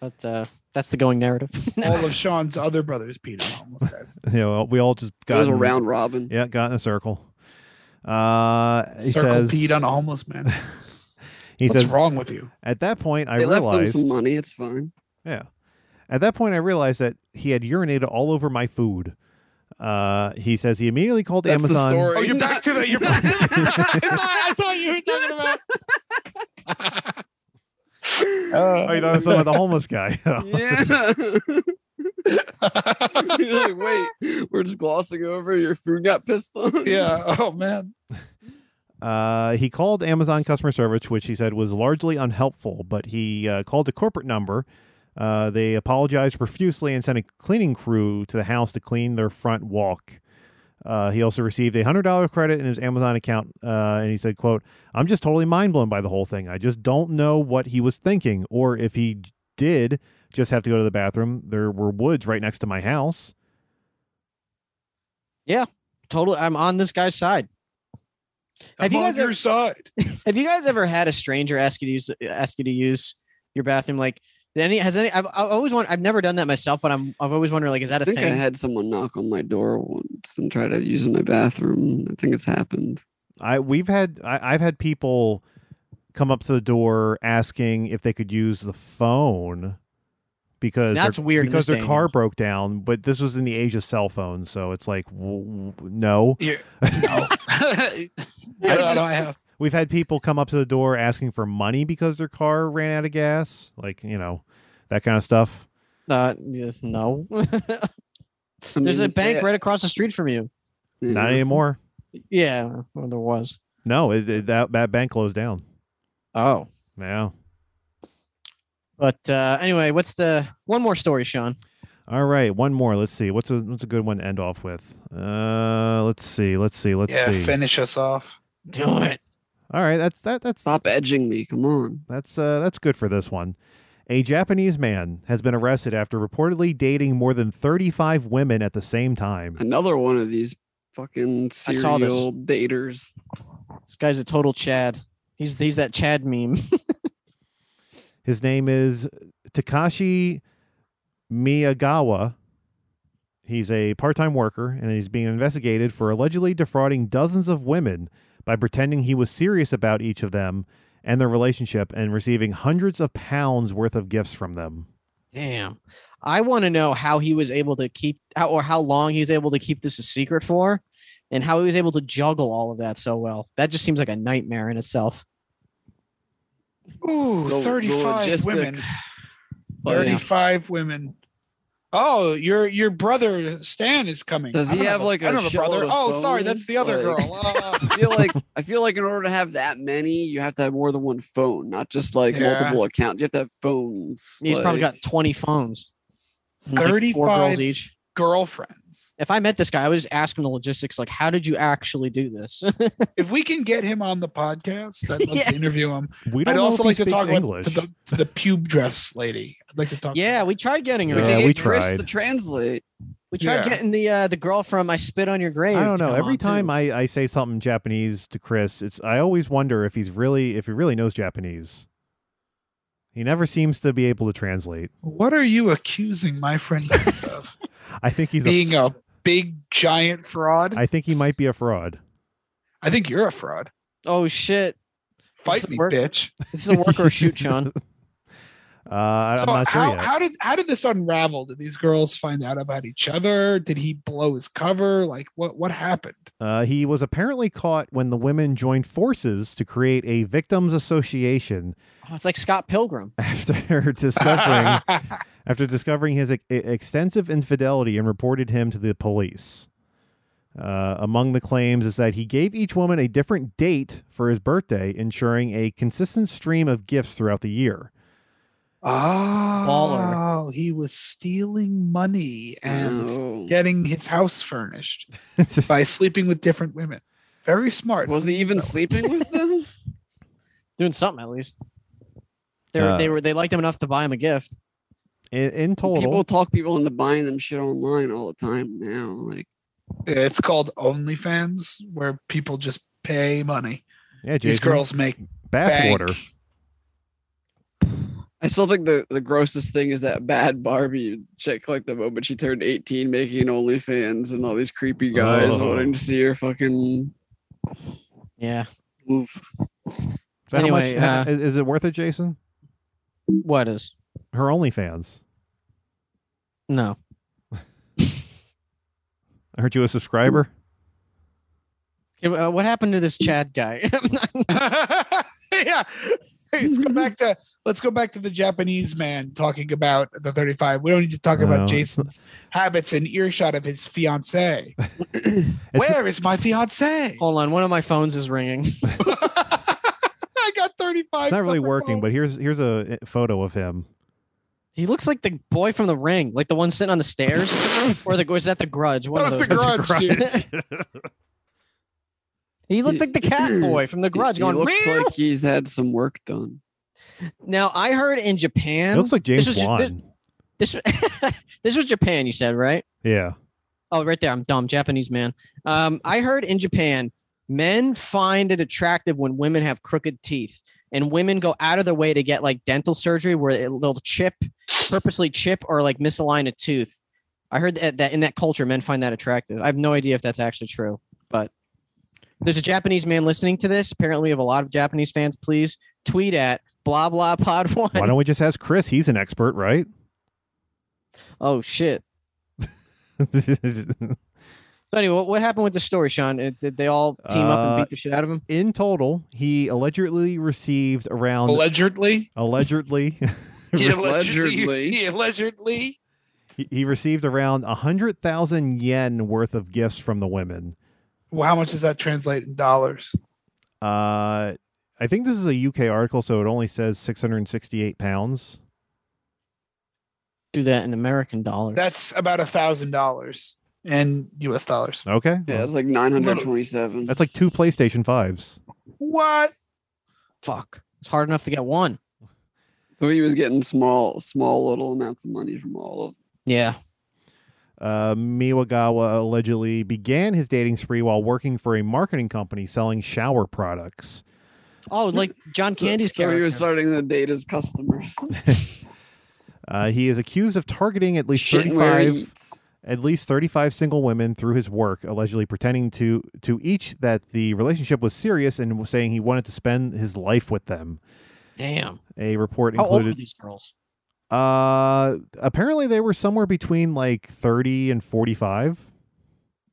know. But uh, that's the going narrative. guy. All of Sean's other brothers peed on homeless guys. You know, we all just It got was a in- round robin. Yeah, got in a circle. Uh, he Circle says peed on a homeless man. he What's says wrong with you? At that point, I they left realized him some money. It's fine. Yeah. At that point, I realized that he had urinated all over my food. Uh, he says he immediately called That's the Amazon. story. Oh, you're back to the. You're back to the, I thought you were talking about. Oh, you thought I was talking about the homeless guy. Yeah. You're like, wait, we're just glossing over your food got pissed on. Yeah. Oh man. Uh, he called Amazon customer service, which he said was largely unhelpful, but he uh, called a corporate number. Uh, they apologized profusely and sent a cleaning crew to the house to clean their front walk. Uh, he also received a hundred dollar credit in his Amazon account, uh, and he said, "quote I'm just totally mind blown by the whole thing. I just don't know what he was thinking, or if he j- did just have to go to the bathroom. There were woods right next to my house. yeah, totally. I'm on this guy's side. I'm Have you on guys your ever- side. Have you guys ever had a stranger ask you to use ask you to use your bathroom? Like, any has any? I've, I've always want. I've never done that myself, but I'm. I've always wondered like, is that I a think I thing? had someone knock on my door once and try to use my bathroom. I think it's happened. I we've had I, I've had people come up to the door asking if they could use the phone because That's their- weird in because this their day car and age. broke down. But this was in the age of cell phones, so it's like w- w- no. Yeah. No. Get out of my house. We've had people come up to the door asking for money because their car ran out of gas, like you know that kind of stuff. Uh, yes, no. I There's a mean, bank yeah, right across the street from you. yeah. Not anymore. Yeah, well, there was. No, it, it- that that bank closed down. Oh, Yeah. but uh, anyway, what's the one more story, Sean? All right, one more. Let's see. What's a what's a good one to end off with? Uh, let's see. Let's see. Let's Yeah. see. Finish us off. Do it. All right, that's that that's Stop edging me. Come on. That's uh, that's good for this one. A Japanese man has been arrested after reportedly dating more than 35 women at the same time. Another one of these fucking I saw this. serial daters. This guy's a total Chad. He's he's that Chad meme. His name is Takashi Miyagawa. He's a part-time worker and he's being investigated for allegedly defrauding dozens of women by pretending he was serious about each of them and their relationship and receiving hundreds of pounds worth of gifts from them. Damn. I want to know how he was able to keep how, or how long he was able to keep this a secret for and how he was able to juggle all of that so well. That just seems like a nightmare in itself. Ooh, The- the 35 women. logistics. But, yeah. 35 women. Oh, your your brother Stan is coming. Does I he don't have a- like I a don't have a brother? shitload of Oh, sorry, that's phones? the other Like- girl. Ah. I feel like I feel like in order to have that many, you have to have more than one phone, not just like Yeah. multiple accounts. You have to have phones. He's probably like- got 20 phones. and, like, four 35 girls each. Girlfriends. If I met this guy, I would just ask him the logistics like how did you actually do this? If we can get him on the podcast, I'd love Yeah. to interview him. We don't I'd know if also he like to speaks talk about English. to the, to the pube dress lady. I'd like to talk. to yeah, her. we tried getting her. We Yeah, can on. get we Chris tried. to translate. We tried Yeah. getting the uh, the girl from I Spit on Your Grave. I don't to know. come Every on, too. time I, I say something Japanese to Chris, it's I always wonder if he's really if he really knows Japanese. He never seems to be able to translate. What are you accusing my friend Chris of? I think he's a, Being a big giant fraud? I, I think he might be a fraud. think you're a fraud. Oh shit. Fight Does it me, work? bitch. This is a work or shoot, Sean. Uh, I- I'm not sure how, yet. how did how did this unravel? Did these girls find out about each other? Did he blow his cover? Like what what happened? Uh, he was apparently caught when the women joined forces to create a victims association Oh, it's like Scott Pilgrim. after discovering after discovering his e- extensive infidelity and reported him to the police. Uh, among the claims is that he gave each woman a different date for his birthday, ensuring a consistent stream of gifts throughout the year. Oh, he was stealing money and getting his house furnished by sleeping with different women. Very smart. Was he even sleeping with them? Doing something at least. They were, Uh, they were they liked him enough to buy him a gift. In, in total, People talk people into buying them shit online all the time now. Like It's called OnlyFans, where people just pay money. Yeah, these Jason. girls make bank. bathwater. I still think the, the grossest thing is that bad Barbie chick like the moment she turned 18 making OnlyFans and all these creepy guys Oh. wanting to see her fucking Yeah. Is that how Anyway, much- uh, is, is it worth it, Jason? What is her OnlyFans? No. Aren't you a subscriber? Yeah, uh, What happened to this Chad guy? yeah. Hey, let's go back to let's go back to the Japanese man talking about the 35. We don't need to talk No, about it's Jason's habits and earshot of his fiancee. Where is my fiance? Hold on, one of my phones is ringing. I got It's 35. not really separate working, phones. but here's here's a uh, photo of him. He looks like the boy from The Ring, like the one sitting on the stairs, or the is that the Grudge? One That of was the those. grudge, dude. he looks like the Cat Boy from The Grudge. Hmm. he going looks "Meow." like he's had some work done. now. I heard in Japan, It looks like James this was, Wan. This this, this was Japan. You said right? Yeah. Oh, right there. I'm dumb. Japanese man. Um, I heard in Japan, men find it attractive when women have crooked teeth, and women go out of their way to get like dental surgery where it- they'll chip, purposely chip or like misalign a tooth. I heard that, that in that culture, men find that attractive. I have no idea if that's actually true, but if there's a Japanese man listening to this. Apparently, we have a lot of Japanese fans. Please tweet at blah blah pod one. Why don't we just ask Chris? He's an expert, right? Oh shit. So anyway, what, what happened with the story, Sean? Uh, Did they all team up and Uh, beat the shit out of him? In total, he allegedly received around Allegedly, allegedly he allegedly, he allegedly. he- he received around a hundred thousand yen worth of gifts from the women. Well, how much does that translate in dollars? Uh, I think this is a UK article, so it only says six hundred and sixty-eight pounds. Do that in American dollars. That's about a thousand dollars in U.S. dollars. Okay, Yeah, well, that's like 927. that's like two PlayStation fives. What? Fuck. It's hard enough to get one. So he was getting small, small little amounts of money from all of Yeah. Uh, Miwagawa allegedly began his dating spree while working for a marketing company selling shower products. Oh, like John Candy's So character. he was starting to date his customers. Uh, he is accused of targeting at least Shitting where he 35 at least 35 single women through his work, allegedly pretending to to each that the relationship was serious and was saying he wanted to spend his life with them. Damn. A report How old were included these girls? uh apparently they were somewhere between like 30 and 45.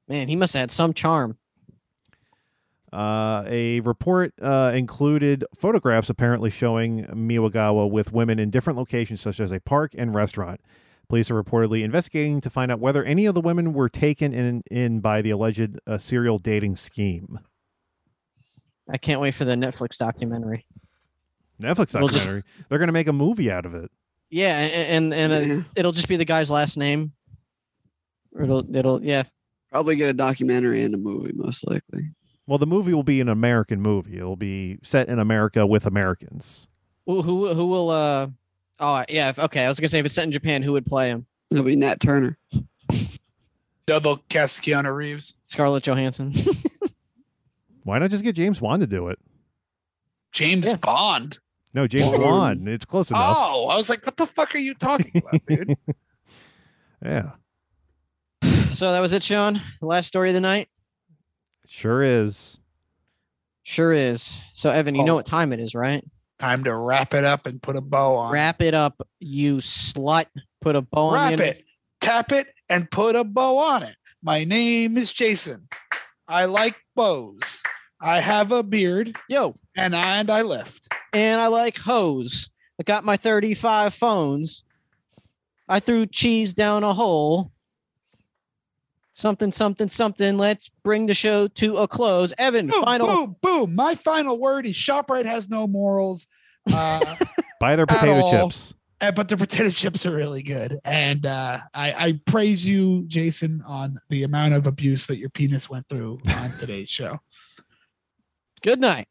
Man, he must have had some charm. Uh, a report uh, included photographs apparently showing Miwagawa with women in different locations, such as a park and restaurant. Police are reportedly investigating to find out whether any of the women were taken in, in by the alleged uh, serial dating scheme. I can't wait for the Netflix documentary. Netflix We'll just- documentary. They're going to make a movie out of it. Yeah, a- a- and and, uh, it'll just be the guy's last name. Or it'll it'll yeah. Probably get a documentary and a movie, most likely. Well, the movie will be an American movie. It'll be set in America with Americans. Who who, who will uh Oh yeah, if, okay. I was gonna say if it's set in Japan, who would play him? It'll be Nat Turner. Double cast Keanu Reeves. Scarlett Johansson. Why not just get James Wan to do it? James Bond. No, James Whoa. Wan. It's close enough. Oh, I was like, what the fuck are you talking about, dude? Yeah, so that was it, Sean. The last story of the night. sure is. Sure is. So Evan, you know Oh. what time it is, right? Time to wrap it up and put a bow on. Wrap it up, you slut. Put a bow on Wrap the end- it, tap it, and put a bow on it. My name is Jason. I like bows. I have a beard. Yo. And I and I left. And I like hose. I got my 35 phones. I threw cheese down a hole. Something, something, something. Let's bring the show to a close. Evan, Boom, final. boom, boom. My final word is ShopRite has no morals. Uh, Buy their at potato all. chips. Uh, but the potato chips are really good. And uh, I, I praise you, Jason, on the amount of abuse that your penis went through on today's show. Good night.